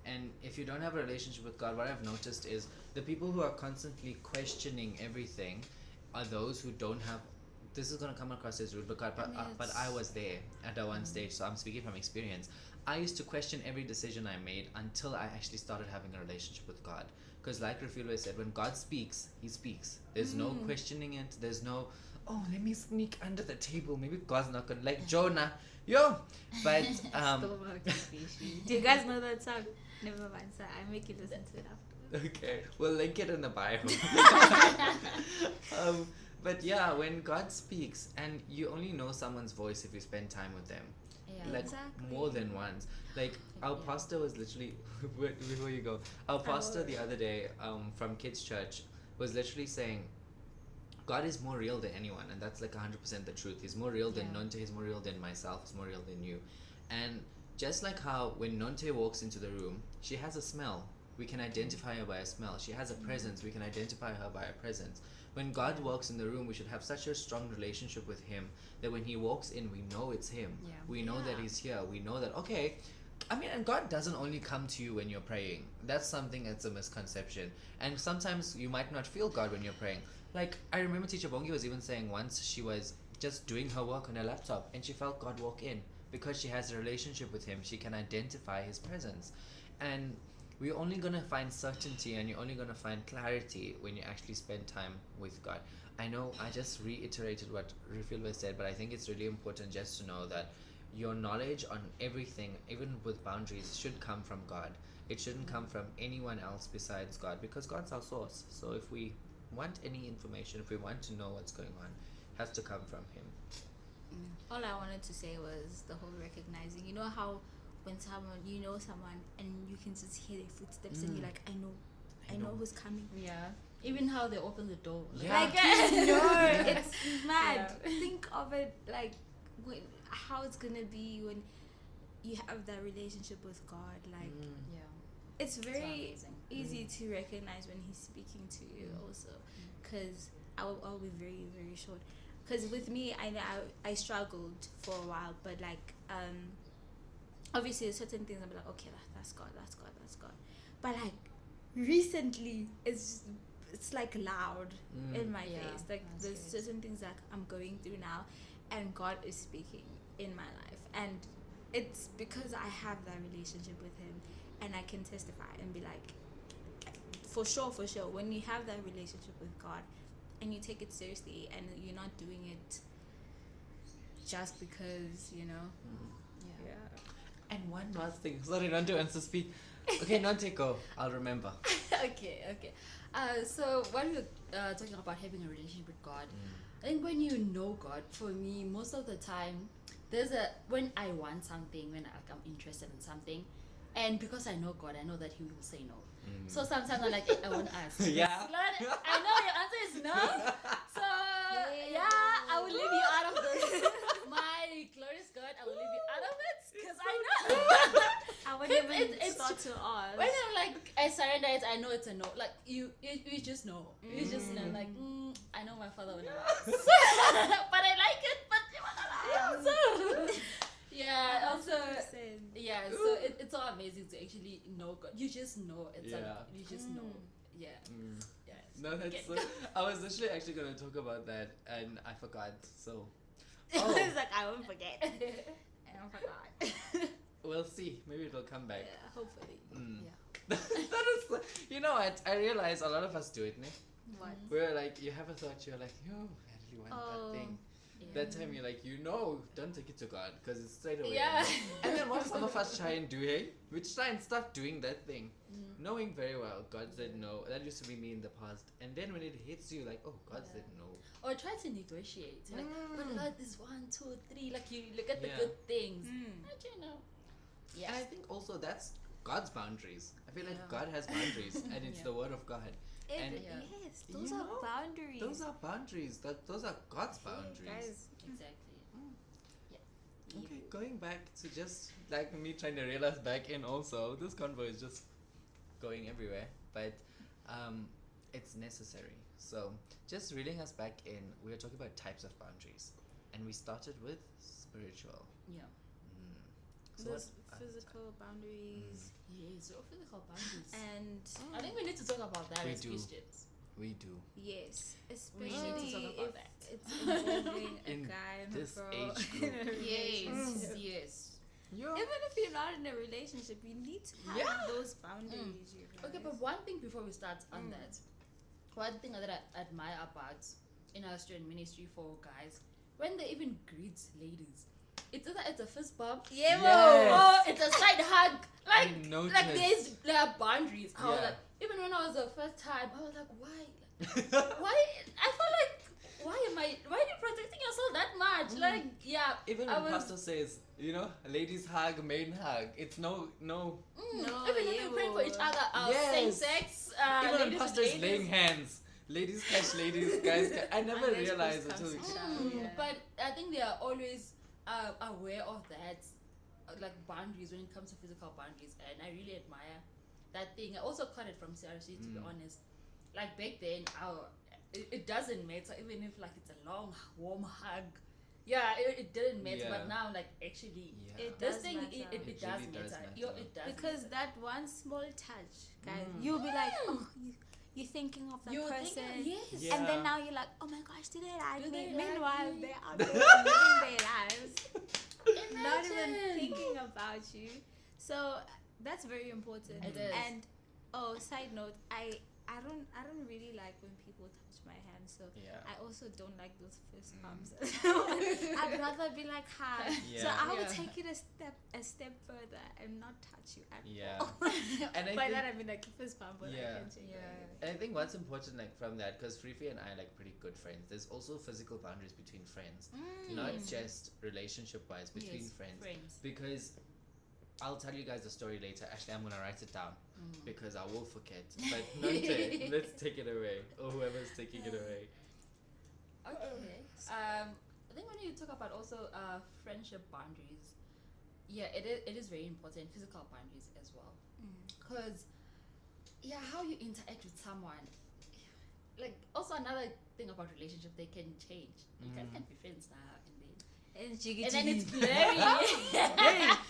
Speaker 2: And if you don't have a relationship with God, what I've noticed is the people who are constantly questioning everything are those who don't have. This is going to come across as rude, but God, but,
Speaker 1: And
Speaker 2: uh, but
Speaker 1: it's-
Speaker 2: I was there at that one stage, so I'm speaking from experience. I used to question every decision I made until I actually started having a relationship with God. Because, like Rafilwe said, when God speaks, He speaks. There's no
Speaker 1: Mm.
Speaker 2: questioning it. There's no, oh, let me sneak under the table. Maybe God's not gonna like Jonah, yo. But um,
Speaker 1: Do you guys know that song? Never mind, sir. I make you listen to it after.
Speaker 2: okay, we'll link it in the bio. um, but yeah, when God speaks, and you only know someone's voice if you spend time with them.
Speaker 3: yeah.
Speaker 2: like
Speaker 1: Exactly.
Speaker 2: more than once. Like our
Speaker 3: Yeah.
Speaker 2: pastor was literally wait, before you go, our pastor
Speaker 1: will.
Speaker 2: the other day um, from kids church was literally saying, God is more real than anyone, and that's like hundred percent the truth. He's more real than
Speaker 3: Yeah.
Speaker 2: Nonte. He's more real than myself. He's more real than you, and just like how when Nonte walks into the room, she has a smell. We can identify her by a smell. She has a presence. We can identify her by a presence. When God walks in the room, we should have such a strong relationship with Him that when He walks in, we know it's Him.
Speaker 3: Yeah.
Speaker 2: We know that
Speaker 1: Yeah.
Speaker 2: He's here. We know that, okay, I mean, and God doesn't only come to you when you're praying. That's something that's a misconception. And sometimes you might not feel God when you're praying. Like, I remember Teacher Bongi was even saying once she was just doing her work on her laptop and she felt God walk in. Because she has a relationship with Him, she can identify His presence. And we're only going to find certainty and you're only going to find clarity when you actually spend time with God. I know I just reiterated what Rufilwa said, but I think it's really important just to know that your knowledge on everything, even with boundaries, should come from God. It shouldn't come from anyone else besides God because God's our source. So if we want any information, if we want to know what's going on, it has to come from Him.
Speaker 1: Mm. All I wanted to say was the whole recognizing. You know how when someone you know someone and you can just hear their footsteps and you're
Speaker 2: Mm.
Speaker 1: like, I know, I, know. who's coming.
Speaker 3: Yeah. Even how they open the door.
Speaker 2: Yeah.
Speaker 1: Like you know, it's mad.
Speaker 3: Yeah.
Speaker 1: Think of it like when, how it's gonna be when you have that relationship with God. Like
Speaker 2: Mm.
Speaker 3: Yeah.
Speaker 1: it's
Speaker 3: It's
Speaker 1: very
Speaker 3: amazing.
Speaker 1: easy to recognize when he's speaking to you
Speaker 2: Mm.
Speaker 1: also because I'll, I'll be very very short because with me I, know I i struggled for a while but like um obviously there's certain things i'm like okay that, that's god that's god that's god but like recently it's it's like loud
Speaker 2: Mm.
Speaker 1: in my
Speaker 3: Yeah,
Speaker 1: face like
Speaker 3: that's
Speaker 1: there's
Speaker 3: good.
Speaker 1: certain things that i'm going through now and god is speaking in my life and it's because i have that relationship with him and i can testify and be like for sure for sure when you have that relationship with god and you take it seriously and you're not doing it just because you know
Speaker 3: Yeah.
Speaker 2: Mm-hmm. And one last thing. Sorry, not to answer speak. Okay, not take go. I'll remember.
Speaker 3: okay, okay. Uh, so when we we're uh, talking about having a relationship with God, I think when you know God, for me, most of the time, there's a when I want something, when I, like, I'm interested in something, and because I know God, I know that He will say no. So sometimes I'm like, "Eh, I won't ask.
Speaker 2: Mm. Yeah.
Speaker 3: Lord, I know your answer is no. So yeah, I will leave you out of this. My glorious God, I will leave you out of it because I know.
Speaker 1: i would
Speaker 3: It's-
Speaker 1: even
Speaker 3: it's- it's
Speaker 1: start to ask
Speaker 3: When I'm like, I surrender it, I know it's a no. Like, you you, you just know. You just know.
Speaker 2: Mm.
Speaker 3: Like, mm, I know my father would allow. but I like it, but you won't allow. So, yeah, also.
Speaker 1: 100%.
Speaker 3: Yeah, so it, it's so amazing to actually know God. You just know. It's
Speaker 2: Yeah.
Speaker 3: like, you just know.
Speaker 1: Mm.
Speaker 3: Yeah,
Speaker 2: Mm.
Speaker 3: yeah.
Speaker 2: No, that's.
Speaker 3: Okay.
Speaker 2: So, I was literally actually gonna talk about that, and I forgot. So Oh.
Speaker 1: it's like i won't forget and i "Ah." forgot
Speaker 2: we'll see. Maybe it'll come back.
Speaker 1: yeah, hopefully
Speaker 2: Mm. that is. You know what? I realize a lot of us do it. Ne?
Speaker 1: what
Speaker 2: We're like, you have a thought. You're like, yo, I really want
Speaker 1: Oh,
Speaker 2: that thing.
Speaker 3: yeah.
Speaker 2: That time you're like, you know, don't take it to God because it's straight away.
Speaker 3: Yeah.
Speaker 2: And then what some of us try and do, hey? We try and start doing that thing.
Speaker 3: Mm.
Speaker 2: Knowing very well, God said no. That used to be me in the past. And then when it hits you, like, oh, God
Speaker 3: Yeah.
Speaker 2: said no.
Speaker 3: Or try to negotiate. Like,
Speaker 2: Mm.
Speaker 3: but God is one, two, three. Like, you look at the
Speaker 2: Yeah.
Speaker 3: good
Speaker 2: Mm-hmm.
Speaker 3: things.
Speaker 1: Mm.
Speaker 3: How'd you know?
Speaker 2: And I think also that's God's boundaries. I feel like
Speaker 3: Yeah.
Speaker 2: God has boundaries, and it's
Speaker 3: Yeah.
Speaker 2: the word of God.
Speaker 1: It-
Speaker 2: And- uh,
Speaker 3: Yeah.
Speaker 1: yes
Speaker 2: You
Speaker 1: those are
Speaker 2: know,
Speaker 1: boundaries
Speaker 2: Those are boundaries. That those are God's
Speaker 1: Hey,
Speaker 2: boundaries.
Speaker 1: guys
Speaker 3: Exactly. Yeah.
Speaker 2: Okay, going back to just like me trying to realize back in also, this convo is just going everywhere, but um, it's necessary. So just reeling us back in, we are talking about types of boundaries, and we started with spiritual.
Speaker 3: Yeah.
Speaker 2: Mm. So
Speaker 1: those
Speaker 2: what- uh,
Speaker 1: physical boundaries
Speaker 3: Yeah, so physical
Speaker 2: Mm.
Speaker 3: boundaries.
Speaker 1: and
Speaker 3: I think we need to talk about that
Speaker 2: We
Speaker 3: as
Speaker 2: do.
Speaker 3: Christians.
Speaker 2: we do
Speaker 1: yes
Speaker 3: We
Speaker 1: especially
Speaker 3: need to talk
Speaker 1: if
Speaker 3: about that.
Speaker 1: it's involving a
Speaker 2: In
Speaker 1: guy and
Speaker 2: this
Speaker 1: a girl
Speaker 2: age
Speaker 1: in
Speaker 2: group.
Speaker 1: a relationship.
Speaker 2: Mm.
Speaker 3: yes.
Speaker 2: Yo.
Speaker 1: Even if you're not in a relationship, you need to have
Speaker 2: Yeah. Mm.
Speaker 1: those boundaries. You guys.
Speaker 3: Okay, but one thing before we start on
Speaker 1: Mm.
Speaker 3: that, one thing that I admire about in our student ministry for guys, when they even greet ladies, it's either it's a fist bump
Speaker 1: yeah,
Speaker 2: Yes.
Speaker 1: well,
Speaker 3: or it's a side hug.
Speaker 2: I
Speaker 3: Like, like
Speaker 2: noticed.
Speaker 3: there's there are boundaries. I was
Speaker 2: Yeah.
Speaker 3: like, even when I was the first time, I was like, why? why I felt like why am I why are you protecting yourself that much?
Speaker 2: Mm.
Speaker 3: Like yeah.
Speaker 2: Even
Speaker 3: I
Speaker 2: when
Speaker 3: was-
Speaker 2: pastor says, you know, ladies hug, men hug. It's no, no.
Speaker 3: Mm,
Speaker 1: No,
Speaker 3: even if
Speaker 1: yeah,
Speaker 3: you're praying for each
Speaker 1: well.
Speaker 3: other, uh,
Speaker 2: Yes.
Speaker 3: same sex, uh,
Speaker 2: Even when
Speaker 3: ladies with
Speaker 2: pastor is laying
Speaker 3: ladies.
Speaker 2: hands, ladies catch ladies, guys. Catch. I never
Speaker 1: Unless
Speaker 2: realized
Speaker 1: push
Speaker 2: until.
Speaker 1: comes to
Speaker 3: Mm,
Speaker 1: shove, yeah.
Speaker 3: But I think they are always uh, aware of that, uh, like boundaries when it comes to physical boundaries, and I really admire that thing. I also caught it from CRC to be
Speaker 2: Mm.
Speaker 3: honest. Like back then, our it, it doesn't matter even if like it's a long warm hug. Yeah, it, it didn't matter,
Speaker 2: Yeah.
Speaker 3: but now like actually
Speaker 2: Yeah.
Speaker 1: It
Speaker 3: this
Speaker 1: does
Speaker 3: thing it,
Speaker 1: matter.
Speaker 3: it,
Speaker 2: It
Speaker 3: it does
Speaker 2: really
Speaker 3: does
Speaker 2: does
Speaker 3: matter.
Speaker 2: matter.
Speaker 3: Yo, it does
Speaker 1: because
Speaker 3: matter.
Speaker 1: that one small touch, guys,
Speaker 2: Mm.
Speaker 1: you'll be like,
Speaker 3: Mm.
Speaker 1: oh, you, you're thinking of that
Speaker 3: You're
Speaker 1: person.
Speaker 3: thinking- yes.
Speaker 2: Yeah.
Speaker 1: And then now you're like, oh my gosh, do they like
Speaker 3: Do
Speaker 1: me?
Speaker 3: they like
Speaker 1: Meanwhile,
Speaker 3: me?
Speaker 1: they're out there living their lives, not even
Speaker 3: Imagine.
Speaker 1: thinking about you. So uh, that's very important.
Speaker 3: It is.
Speaker 1: And oh, side note, I I don't I don't really like when people touch my hand. So
Speaker 2: Yeah.
Speaker 1: I also don't like those fist
Speaker 2: Mm.
Speaker 1: bumps. I'd rather be like hi. So
Speaker 2: Yeah.
Speaker 1: I would
Speaker 3: Yeah.
Speaker 1: take it a step a step further and not touch you at
Speaker 2: Yeah.
Speaker 1: all.
Speaker 2: And I
Speaker 1: By
Speaker 2: think-
Speaker 1: that I mean like fist bump or
Speaker 2: Yeah.
Speaker 1: like handshake. or
Speaker 3: Yeah.
Speaker 1: anything.
Speaker 2: And I think what's important, like from that, because Frifi and I are like pretty good friends. There's also physical boundaries between friends,
Speaker 1: Hmm.
Speaker 2: not
Speaker 3: Mm.
Speaker 2: just relationship-wise between
Speaker 3: Yes,
Speaker 2: friends.
Speaker 3: friends.
Speaker 2: Because I'll tell you guys the story later. Actually, I'm gonna write it down
Speaker 3: Mm.
Speaker 2: because I will forget. But Nante, let's take it away, or whoever's taking it away.
Speaker 3: Okay. Um, I think we need to talk about also uh, friendship boundaries. Yeah, it is, it is very important, physical boundaries as well.
Speaker 1: Mm.
Speaker 3: Because, yeah, how you interact with someone. Like, also another thing about relationship, they can change. You guys
Speaker 2: Mm.
Speaker 3: can be friends now and then.
Speaker 1: And jiggy
Speaker 3: And then
Speaker 1: jiggy.
Speaker 3: it's blurry.
Speaker 1: Very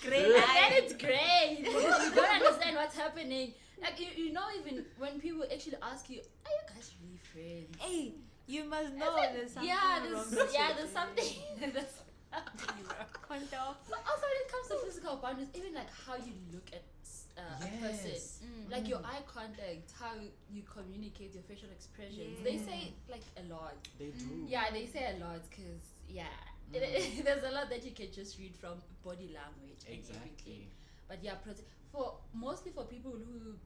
Speaker 1: grey
Speaker 3: And then
Speaker 1: eye.
Speaker 3: it's grey. because you don't understand what's happening. Like, you, you know, even when people actually ask you, are you guys really friends?
Speaker 1: Hey, you must
Speaker 3: I
Speaker 1: know
Speaker 3: said,
Speaker 1: there's something
Speaker 3: yeah,
Speaker 1: wrong
Speaker 3: there's,
Speaker 1: with
Speaker 3: yeah,
Speaker 1: you.
Speaker 3: there's something. there's something wrong.
Speaker 1: Can't tell.
Speaker 3: But also, when it comes to physical boundaries, even like how you look at s- uh, a person,
Speaker 2: Yes.
Speaker 1: Mm.
Speaker 3: like your eye contact, how you communicate, your facial expressions, they say like a lot.
Speaker 2: They do.
Speaker 3: Mm-hmm. Yeah, they say a lot because yeah,
Speaker 2: Mm.
Speaker 3: there's a lot that you can just read from body language and
Speaker 2: Exactly.
Speaker 3: everything. But yeah, prote- for mostly for people who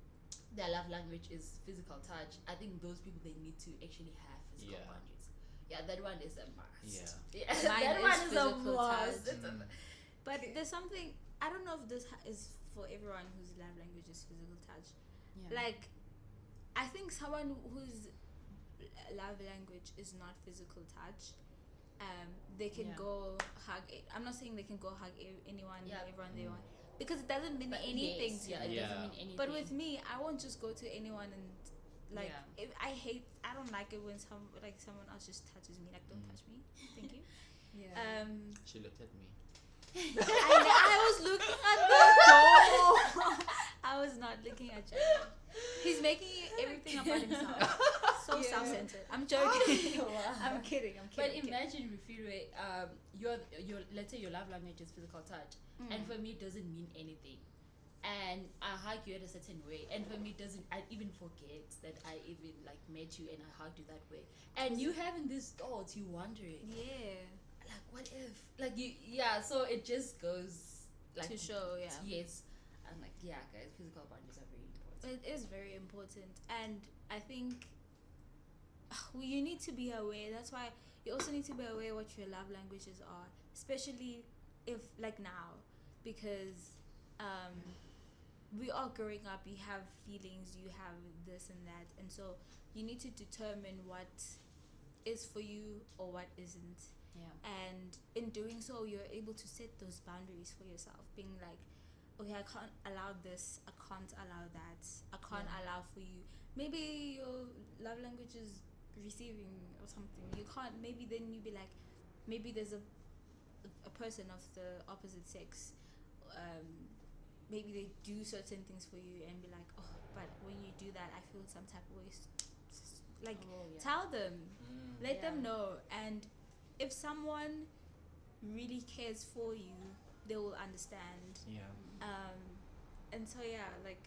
Speaker 3: their love language is physical touch, I think those people they need to actually have physical
Speaker 2: Yeah.
Speaker 3: boundaries. Yeah, that one is a must. Yeah,
Speaker 1: Mine
Speaker 3: that
Speaker 1: is
Speaker 3: one is a
Speaker 1: physical
Speaker 3: must.
Speaker 1: touch.
Speaker 3: It's a-
Speaker 2: Mm.
Speaker 1: But there's something I don't know if this ha- is for everyone whose love language is physical touch.
Speaker 3: yeah.
Speaker 1: Like, I think someone whose l- love language is not physical touch, um, they can
Speaker 3: Yeah.
Speaker 1: go hug. It. I'm not saying they can go hug e- anyone,
Speaker 3: Yeah.
Speaker 1: everyone they
Speaker 2: Mm.
Speaker 1: want, because it doesn't mean
Speaker 3: But
Speaker 1: anything
Speaker 3: yes,
Speaker 1: to you.
Speaker 3: yeah, it doesn't
Speaker 2: Yeah.
Speaker 3: mean anything.
Speaker 1: But with me, I won't just go to anyone and like
Speaker 3: Yeah.
Speaker 1: if I hate. I don't like it when some like someone else just touches me. Like, don't
Speaker 2: Mm.
Speaker 1: touch me. Thank you.
Speaker 3: yeah.
Speaker 1: Um,
Speaker 2: She looked at me.
Speaker 1: I, I was looking at the door. I was not looking at you. He's making everything about himself. So
Speaker 3: Yeah.
Speaker 1: self-centered. I'm joking.
Speaker 3: wow.
Speaker 1: I'm kidding. I'm kidding.
Speaker 3: But
Speaker 1: I'm kidding.
Speaker 3: imagine Rufire, um, your your let's say your love language is physical touch,
Speaker 1: Mm.
Speaker 3: and for me it doesn't mean anything. And I hug you in a certain way, and for me it doesn't. I even forget that I even like met you and I hugged you that way. And you having these thoughts, you wondering
Speaker 1: yeah,
Speaker 3: like, what if? Like you, yeah. So it just goes like
Speaker 1: to show, yeah.
Speaker 3: Yes, I'm like yeah, guys. Physical boundaries are very important.
Speaker 1: It is very important, and I think well, you need to be aware. That's why you also need to be aware what your love languages are, especially if like now, because um, we are growing up. You have feelings, you have this and that, and so you need to determine what is for you or what isn't.
Speaker 3: Yeah.
Speaker 1: and in doing so you're able to set those boundaries for yourself being like okay i can't allow this i can't allow that i can't
Speaker 3: Yeah.
Speaker 1: allow for you maybe your love language is receiving or something you can't maybe then you be like maybe there's a a person of the opposite sex um maybe they do certain things for you and be like oh but when you do that i feel some type of way S- s- like
Speaker 3: Oh, yeah.
Speaker 1: tell them
Speaker 2: Mm.
Speaker 1: let
Speaker 3: Yeah.
Speaker 1: them know and if someone really cares for you they will understand
Speaker 2: Yeah.
Speaker 1: um and so yeah like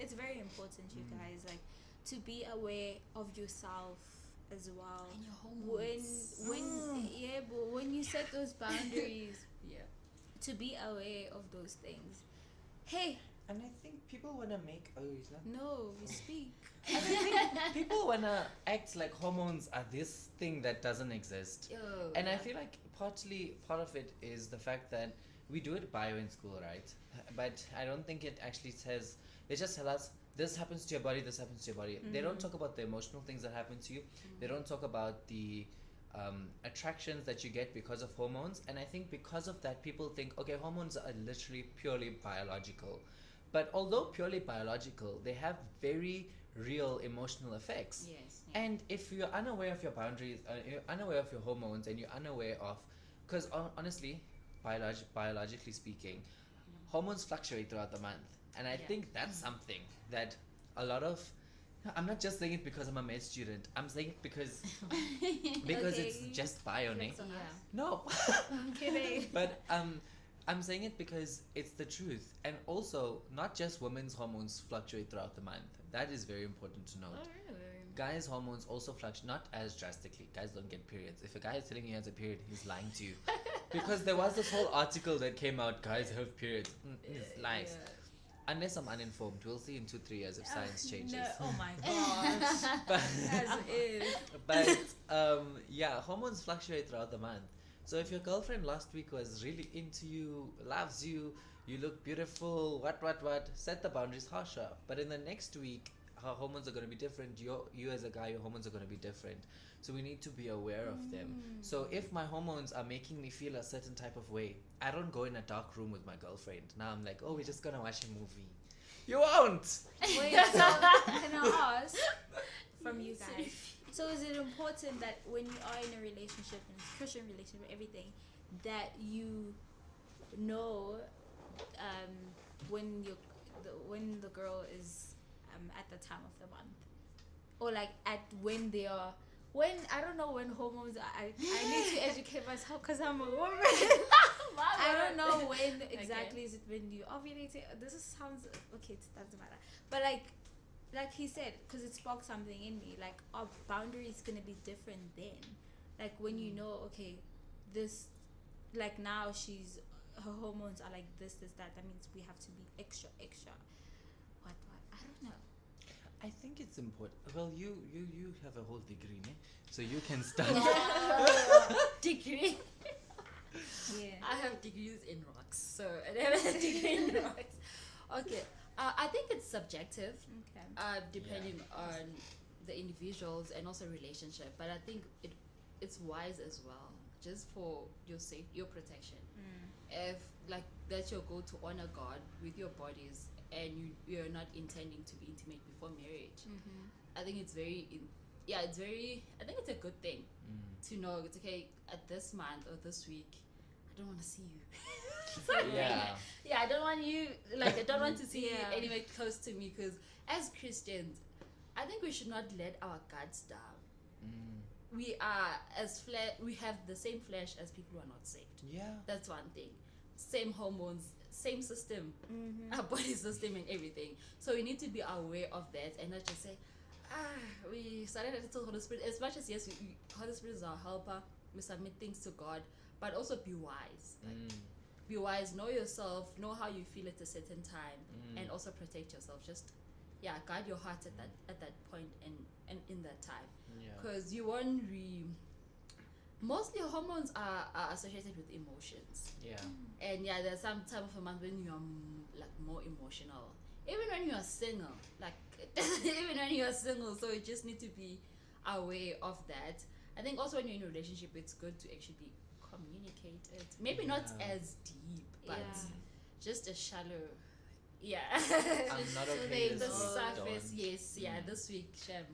Speaker 1: it's very important you
Speaker 2: Mm.
Speaker 1: guys like to be aware of yourself as well
Speaker 3: And your home
Speaker 1: when when
Speaker 2: Mm.
Speaker 1: yeah but when you set those boundaries
Speaker 3: yeah.
Speaker 1: to be aware of those things hey
Speaker 2: And I think people wanna make. Oh, it's not.
Speaker 1: no we speak
Speaker 2: And I think people wanna act like hormones are this thing that doesn't exist.
Speaker 3: Oh,
Speaker 2: And I
Speaker 3: yeah.
Speaker 2: feel like partly part of it is the fact that we do it bio in school, right? But I don't think it actually says they just tell us this happens to your body, this happens to your body. They
Speaker 3: Mm.
Speaker 2: don't
Speaker 1: Mhm.
Speaker 2: talk about the emotional things that happen to you. They don't talk about the um, attractions that you get because of hormones. And I think because of that, people think okay, hormones are literally purely biological. But although purely biological, they have very real emotional effects.
Speaker 3: Yes. yeah.
Speaker 2: And if you're unaware of your boundaries, uh, you're unaware of your hormones, and you're unaware of, because honestly, biolog- biologically speaking, hormones fluctuate throughout the month, and I
Speaker 3: Yeah.
Speaker 2: think that's something that a lot of. I'm not just saying it because I'm a med student. I'm saying it because because
Speaker 1: Okay.
Speaker 2: it's just bio, ne?
Speaker 1: Flex on
Speaker 3: Yeah.
Speaker 1: us.
Speaker 2: No.
Speaker 1: I'm kidding.
Speaker 2: but um I'm saying it because it's the truth. And also, not just women's hormones fluctuate throughout the month. That is very important
Speaker 3: Oh,
Speaker 2: to note. Guys' hormones also fluctuate, not as drastically. Guys don't get periods. If a guy is telling you he has a period, he's lying to you. because there was this whole article that came out, guys have periods. Mm, it's lies. Unless I'm uninformed, we'll see in two, three years if science
Speaker 1: Ugh,
Speaker 2: changes.
Speaker 1: No. Oh my gosh.
Speaker 2: But-
Speaker 1: As is.
Speaker 2: but um, yeah, hormones fluctuate throughout the month. So if your girlfriend last week was really into you, loves you, you look beautiful, what what what, set the boundaries harsher. But in the next week, her hormones are going to be different. Your you as a guy, your hormones are going to be different. So we need to be aware of
Speaker 1: Mm.
Speaker 2: them. So if my hormones are making me feel a certain type of way, I don't go in a dark room with my girlfriend. Now I'm like, oh, we're just gonna watch a movie. You won't.
Speaker 1: Wait, so can I ask from you guys? So is it important that when you are in a relationship and it's Christian relationship, everything, that you know um, when you the, when the girl is um, at the time of the month, or like at when they are. When I don't know when hormones are, I, I need to educate myself because I'm a woman. I don't know when exactly is it when you oh, ovulate. This is, sounds okay. It doesn't matter. But like, like he said, because it sparked something in me. Like our boundary is gonna be different then. Like when you know, okay, this, like now she's her hormones are like this, this, that. That means we have to be extra, extra. What, what? I don't know.
Speaker 2: I think it's important. Well, you you you have a whole degree, ne? so you can start.
Speaker 3: degree.
Speaker 1: Yeah.
Speaker 3: I have degrees in rocks, so I have a degree in rocks. Okay, uh, I think it's subjective,
Speaker 1: Okay.
Speaker 3: uh, depending on the individuals and also relationship. But I think it it's wise as well, just for your safe your protection.
Speaker 1: Mm.
Speaker 3: If like that's your goal to honor God with your bodies, and you you're not intending to be intimate before marriage,
Speaker 1: Mm-hmm.
Speaker 3: I think it's very, in- yeah, it's very. I think it's a good thing
Speaker 2: Mm.
Speaker 3: to know. It's okay at this month or this week. I don't want to see you. Something like
Speaker 2: yeah.
Speaker 3: that. yeah. I don't want you. Like I don't want to
Speaker 1: Yeah.
Speaker 3: see you anywhere close to me because as Christians, I think we should not let our guards down.
Speaker 2: Mm.
Speaker 3: We are as flesh. We have the same flesh as people who are not saved.
Speaker 2: Yeah.
Speaker 3: That's one thing. Same hormones, same system
Speaker 1: Mm-hmm.
Speaker 3: our body system and everything. So we need to be aware of that and not just say, ah, we surrender to the Holy Spirit. As much as yes, we, we, Holy Spirit is our helper, we submit things to God, but also be wise. Like,
Speaker 2: Mm.
Speaker 3: Be wise, know yourself, know how you feel at a certain time,
Speaker 2: Mm.
Speaker 3: and also protect yourself. Just yeah, guard your heart at that at that point and and in that time
Speaker 2: Yeah.
Speaker 3: because you won't re. Mostly hormones are, are associated with emotions
Speaker 2: Yeah.
Speaker 3: and yeah, there's some time of a month when you are m- like more emotional. Even when you are single, like even when you are single, so you just need to be aware of that. I think also when you're in a relationship, it's good to actually be communicated. Maybe not
Speaker 2: Yeah.
Speaker 3: as deep, but
Speaker 1: Yeah.
Speaker 3: just a shallow. Yeah,
Speaker 2: I'm not
Speaker 1: So
Speaker 2: okay
Speaker 1: they-
Speaker 3: the
Speaker 2: this week,
Speaker 3: surface.
Speaker 2: Dawn.
Speaker 3: Yes, yeah.
Speaker 2: Mm.
Speaker 3: This week, Shem.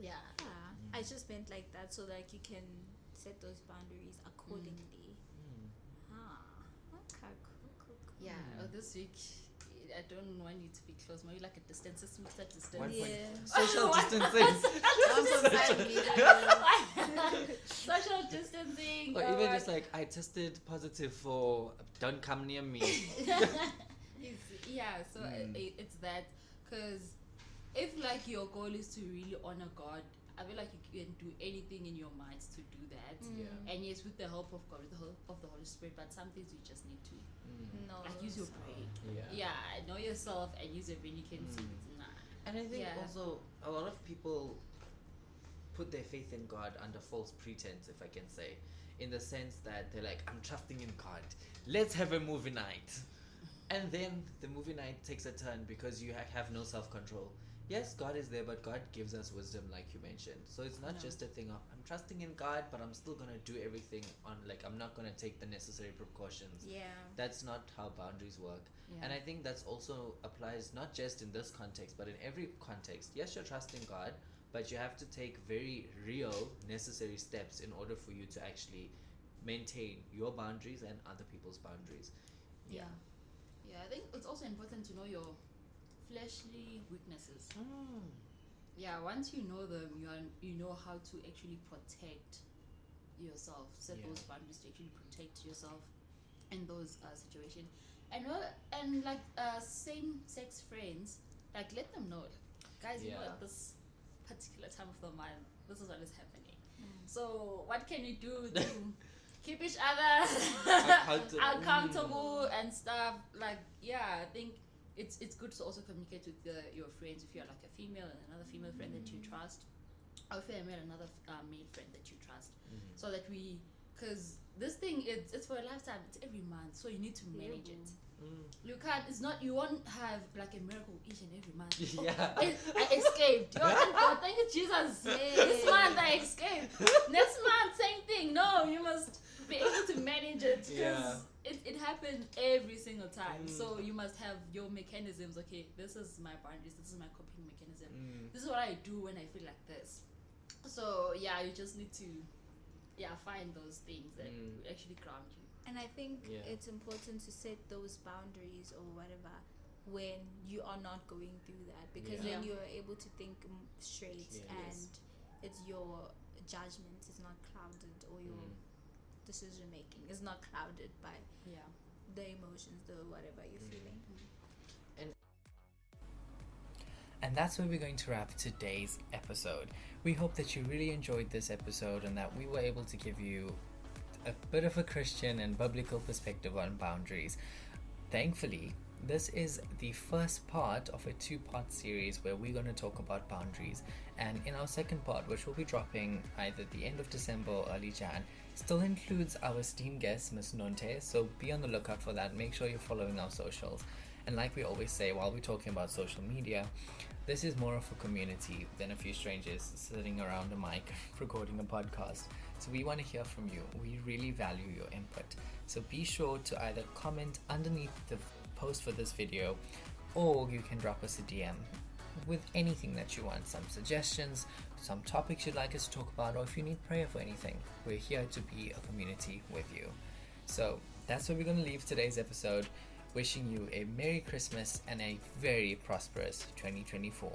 Speaker 3: Yeah,
Speaker 1: Yeah, I just meant like that so like you can set those boundaries accordingly.
Speaker 2: Mm.
Speaker 1: Ah, okay, cool, cool, cool.
Speaker 3: yeah.
Speaker 2: Mm.
Speaker 3: Oh, this week, I don't want you to be close. Maybe like a distance, just meet at distance.
Speaker 2: One point.
Speaker 1: Yeah.
Speaker 2: Mm. Social
Speaker 3: One-
Speaker 2: distancing.
Speaker 1: I'm so
Speaker 2: Social-
Speaker 1: sorry, Mira.
Speaker 3: social distancing.
Speaker 2: or even
Speaker 3: God.
Speaker 2: just like I tested positive for don't come near me.
Speaker 3: It's- yeah, so i
Speaker 2: Mm.
Speaker 3: i- it's that because if like your goal is to really honor God, I feel like you can do anything in your mind to do that.
Speaker 1: Mm.
Speaker 2: Yeah.
Speaker 3: And yes, with the help of God, with the help of the Holy Spirit, but some things you just need to
Speaker 2: Mm.
Speaker 1: No.
Speaker 3: like use your
Speaker 1: so-
Speaker 3: brain.
Speaker 2: Yeah.
Speaker 3: Yeah, know yourself and use your brain. You can see
Speaker 2: Mm.
Speaker 3: it's not.
Speaker 2: And I think
Speaker 3: Yeah.
Speaker 2: also a lot of people put their faith in God under false pretense, if I can say, in the sense that they're like, I'm trusting in God. Let's have a movie night. And then the movie night takes a turn because you ha- have no self control. Yes, God is there, but God gives us wisdom, like you mentioned. So it's not
Speaker 3: Yeah.
Speaker 2: just a thing of I'm trusting in God, but I'm still gonna do everything on like I'm not gonna take the necessary precautions.
Speaker 1: Yeah.
Speaker 2: That's not how boundaries work.
Speaker 3: Yeah.
Speaker 2: And I think that's also applies not just in this context, but in every context. Yes, you're trusting God, but you have to take very real, necessary steps in order for you to actually maintain your boundaries and other people's boundaries.
Speaker 3: yeah. yeah. Yeah, I think it's also important to know your fleshly weaknesses.
Speaker 2: Mm.
Speaker 3: Yeah, once you know them, you are, you know how to actually protect yourself. Set
Speaker 2: Yeah.
Speaker 3: those boundaries to actually protect yourself in those uh, situations. And well, and like uh, same sex friends, like let them know, guys. You know,
Speaker 2: Yeah.
Speaker 3: at this particular time of the month, this is what is happening. So what can you do to keep each other
Speaker 2: Accountable.
Speaker 3: accountable and stuff? Like yeah, I think it's it's good to also communicate with the, your friends if you're like a female and another female friend that you trust, or if you're a male, another uh, male friend that you trust,
Speaker 2: Mhm.
Speaker 3: so that we. Because this thing it's, it's for a lifetime. It's every month, so you need to manage it.
Speaker 2: Mm.
Speaker 3: You can't. It's not. You won't have like a miracle each and every month. Oh,
Speaker 2: Yeah.
Speaker 3: I, I escaped. Yo, thank God, thank you, Jesus. This month I escaped.
Speaker 2: Mm.
Speaker 3: Next month, same thing. No, you must be able to manage it because
Speaker 2: Yeah.
Speaker 3: it, it happens every single time.
Speaker 2: Mm.
Speaker 3: So you must have your mechanisms. Okay, this is my boundaries. This is my coping mechanism.
Speaker 2: Mm.
Speaker 3: This is what I do when I feel like this. So yeah, you just need to yeah find those things that
Speaker 2: Mm.
Speaker 3: actually ground you.
Speaker 1: And I think
Speaker 2: Yeah.
Speaker 1: it's important to set those boundaries or whatever when you are not going through that because
Speaker 2: Yeah.
Speaker 1: then
Speaker 3: Yeah.
Speaker 1: you are able to think mm, straight
Speaker 2: Clearly.
Speaker 1: and
Speaker 2: Yes.
Speaker 1: it's your judgment is not clouded or your
Speaker 2: Mm.
Speaker 1: decision making is not clouded by
Speaker 3: Yeah.
Speaker 1: the emotions the whatever you're
Speaker 2: Mm.
Speaker 1: feeling.
Speaker 2: And that's where we're going to wrap today's episode. We hope that you really enjoyed this episode and that we were able to give you a bit of a Christian and biblical perspective on boundaries. Thankfully, this is the first part of a two part series where we're going to talk about boundaries. And in our second part, which will be dropping either the end of December or early Jan, still includes our esteemed guest, Ms. Nonte. So be on the lookout for that. Make sure you're following our socials. And like we always say, while we're talking about social media, this is more of a community than a few strangers sitting around a mic recording a podcast. So we want to hear from you. We really value your input. So be sure to either comment underneath the post for this video or you can drop us a DM with anything that you want some suggestions, some topics you'd like us to talk about, or if you need prayer for anything. We're here to be a community with you. So that's where we're going to leave today's episode. Wishing you a Merry Christmas and a very prosperous 2024.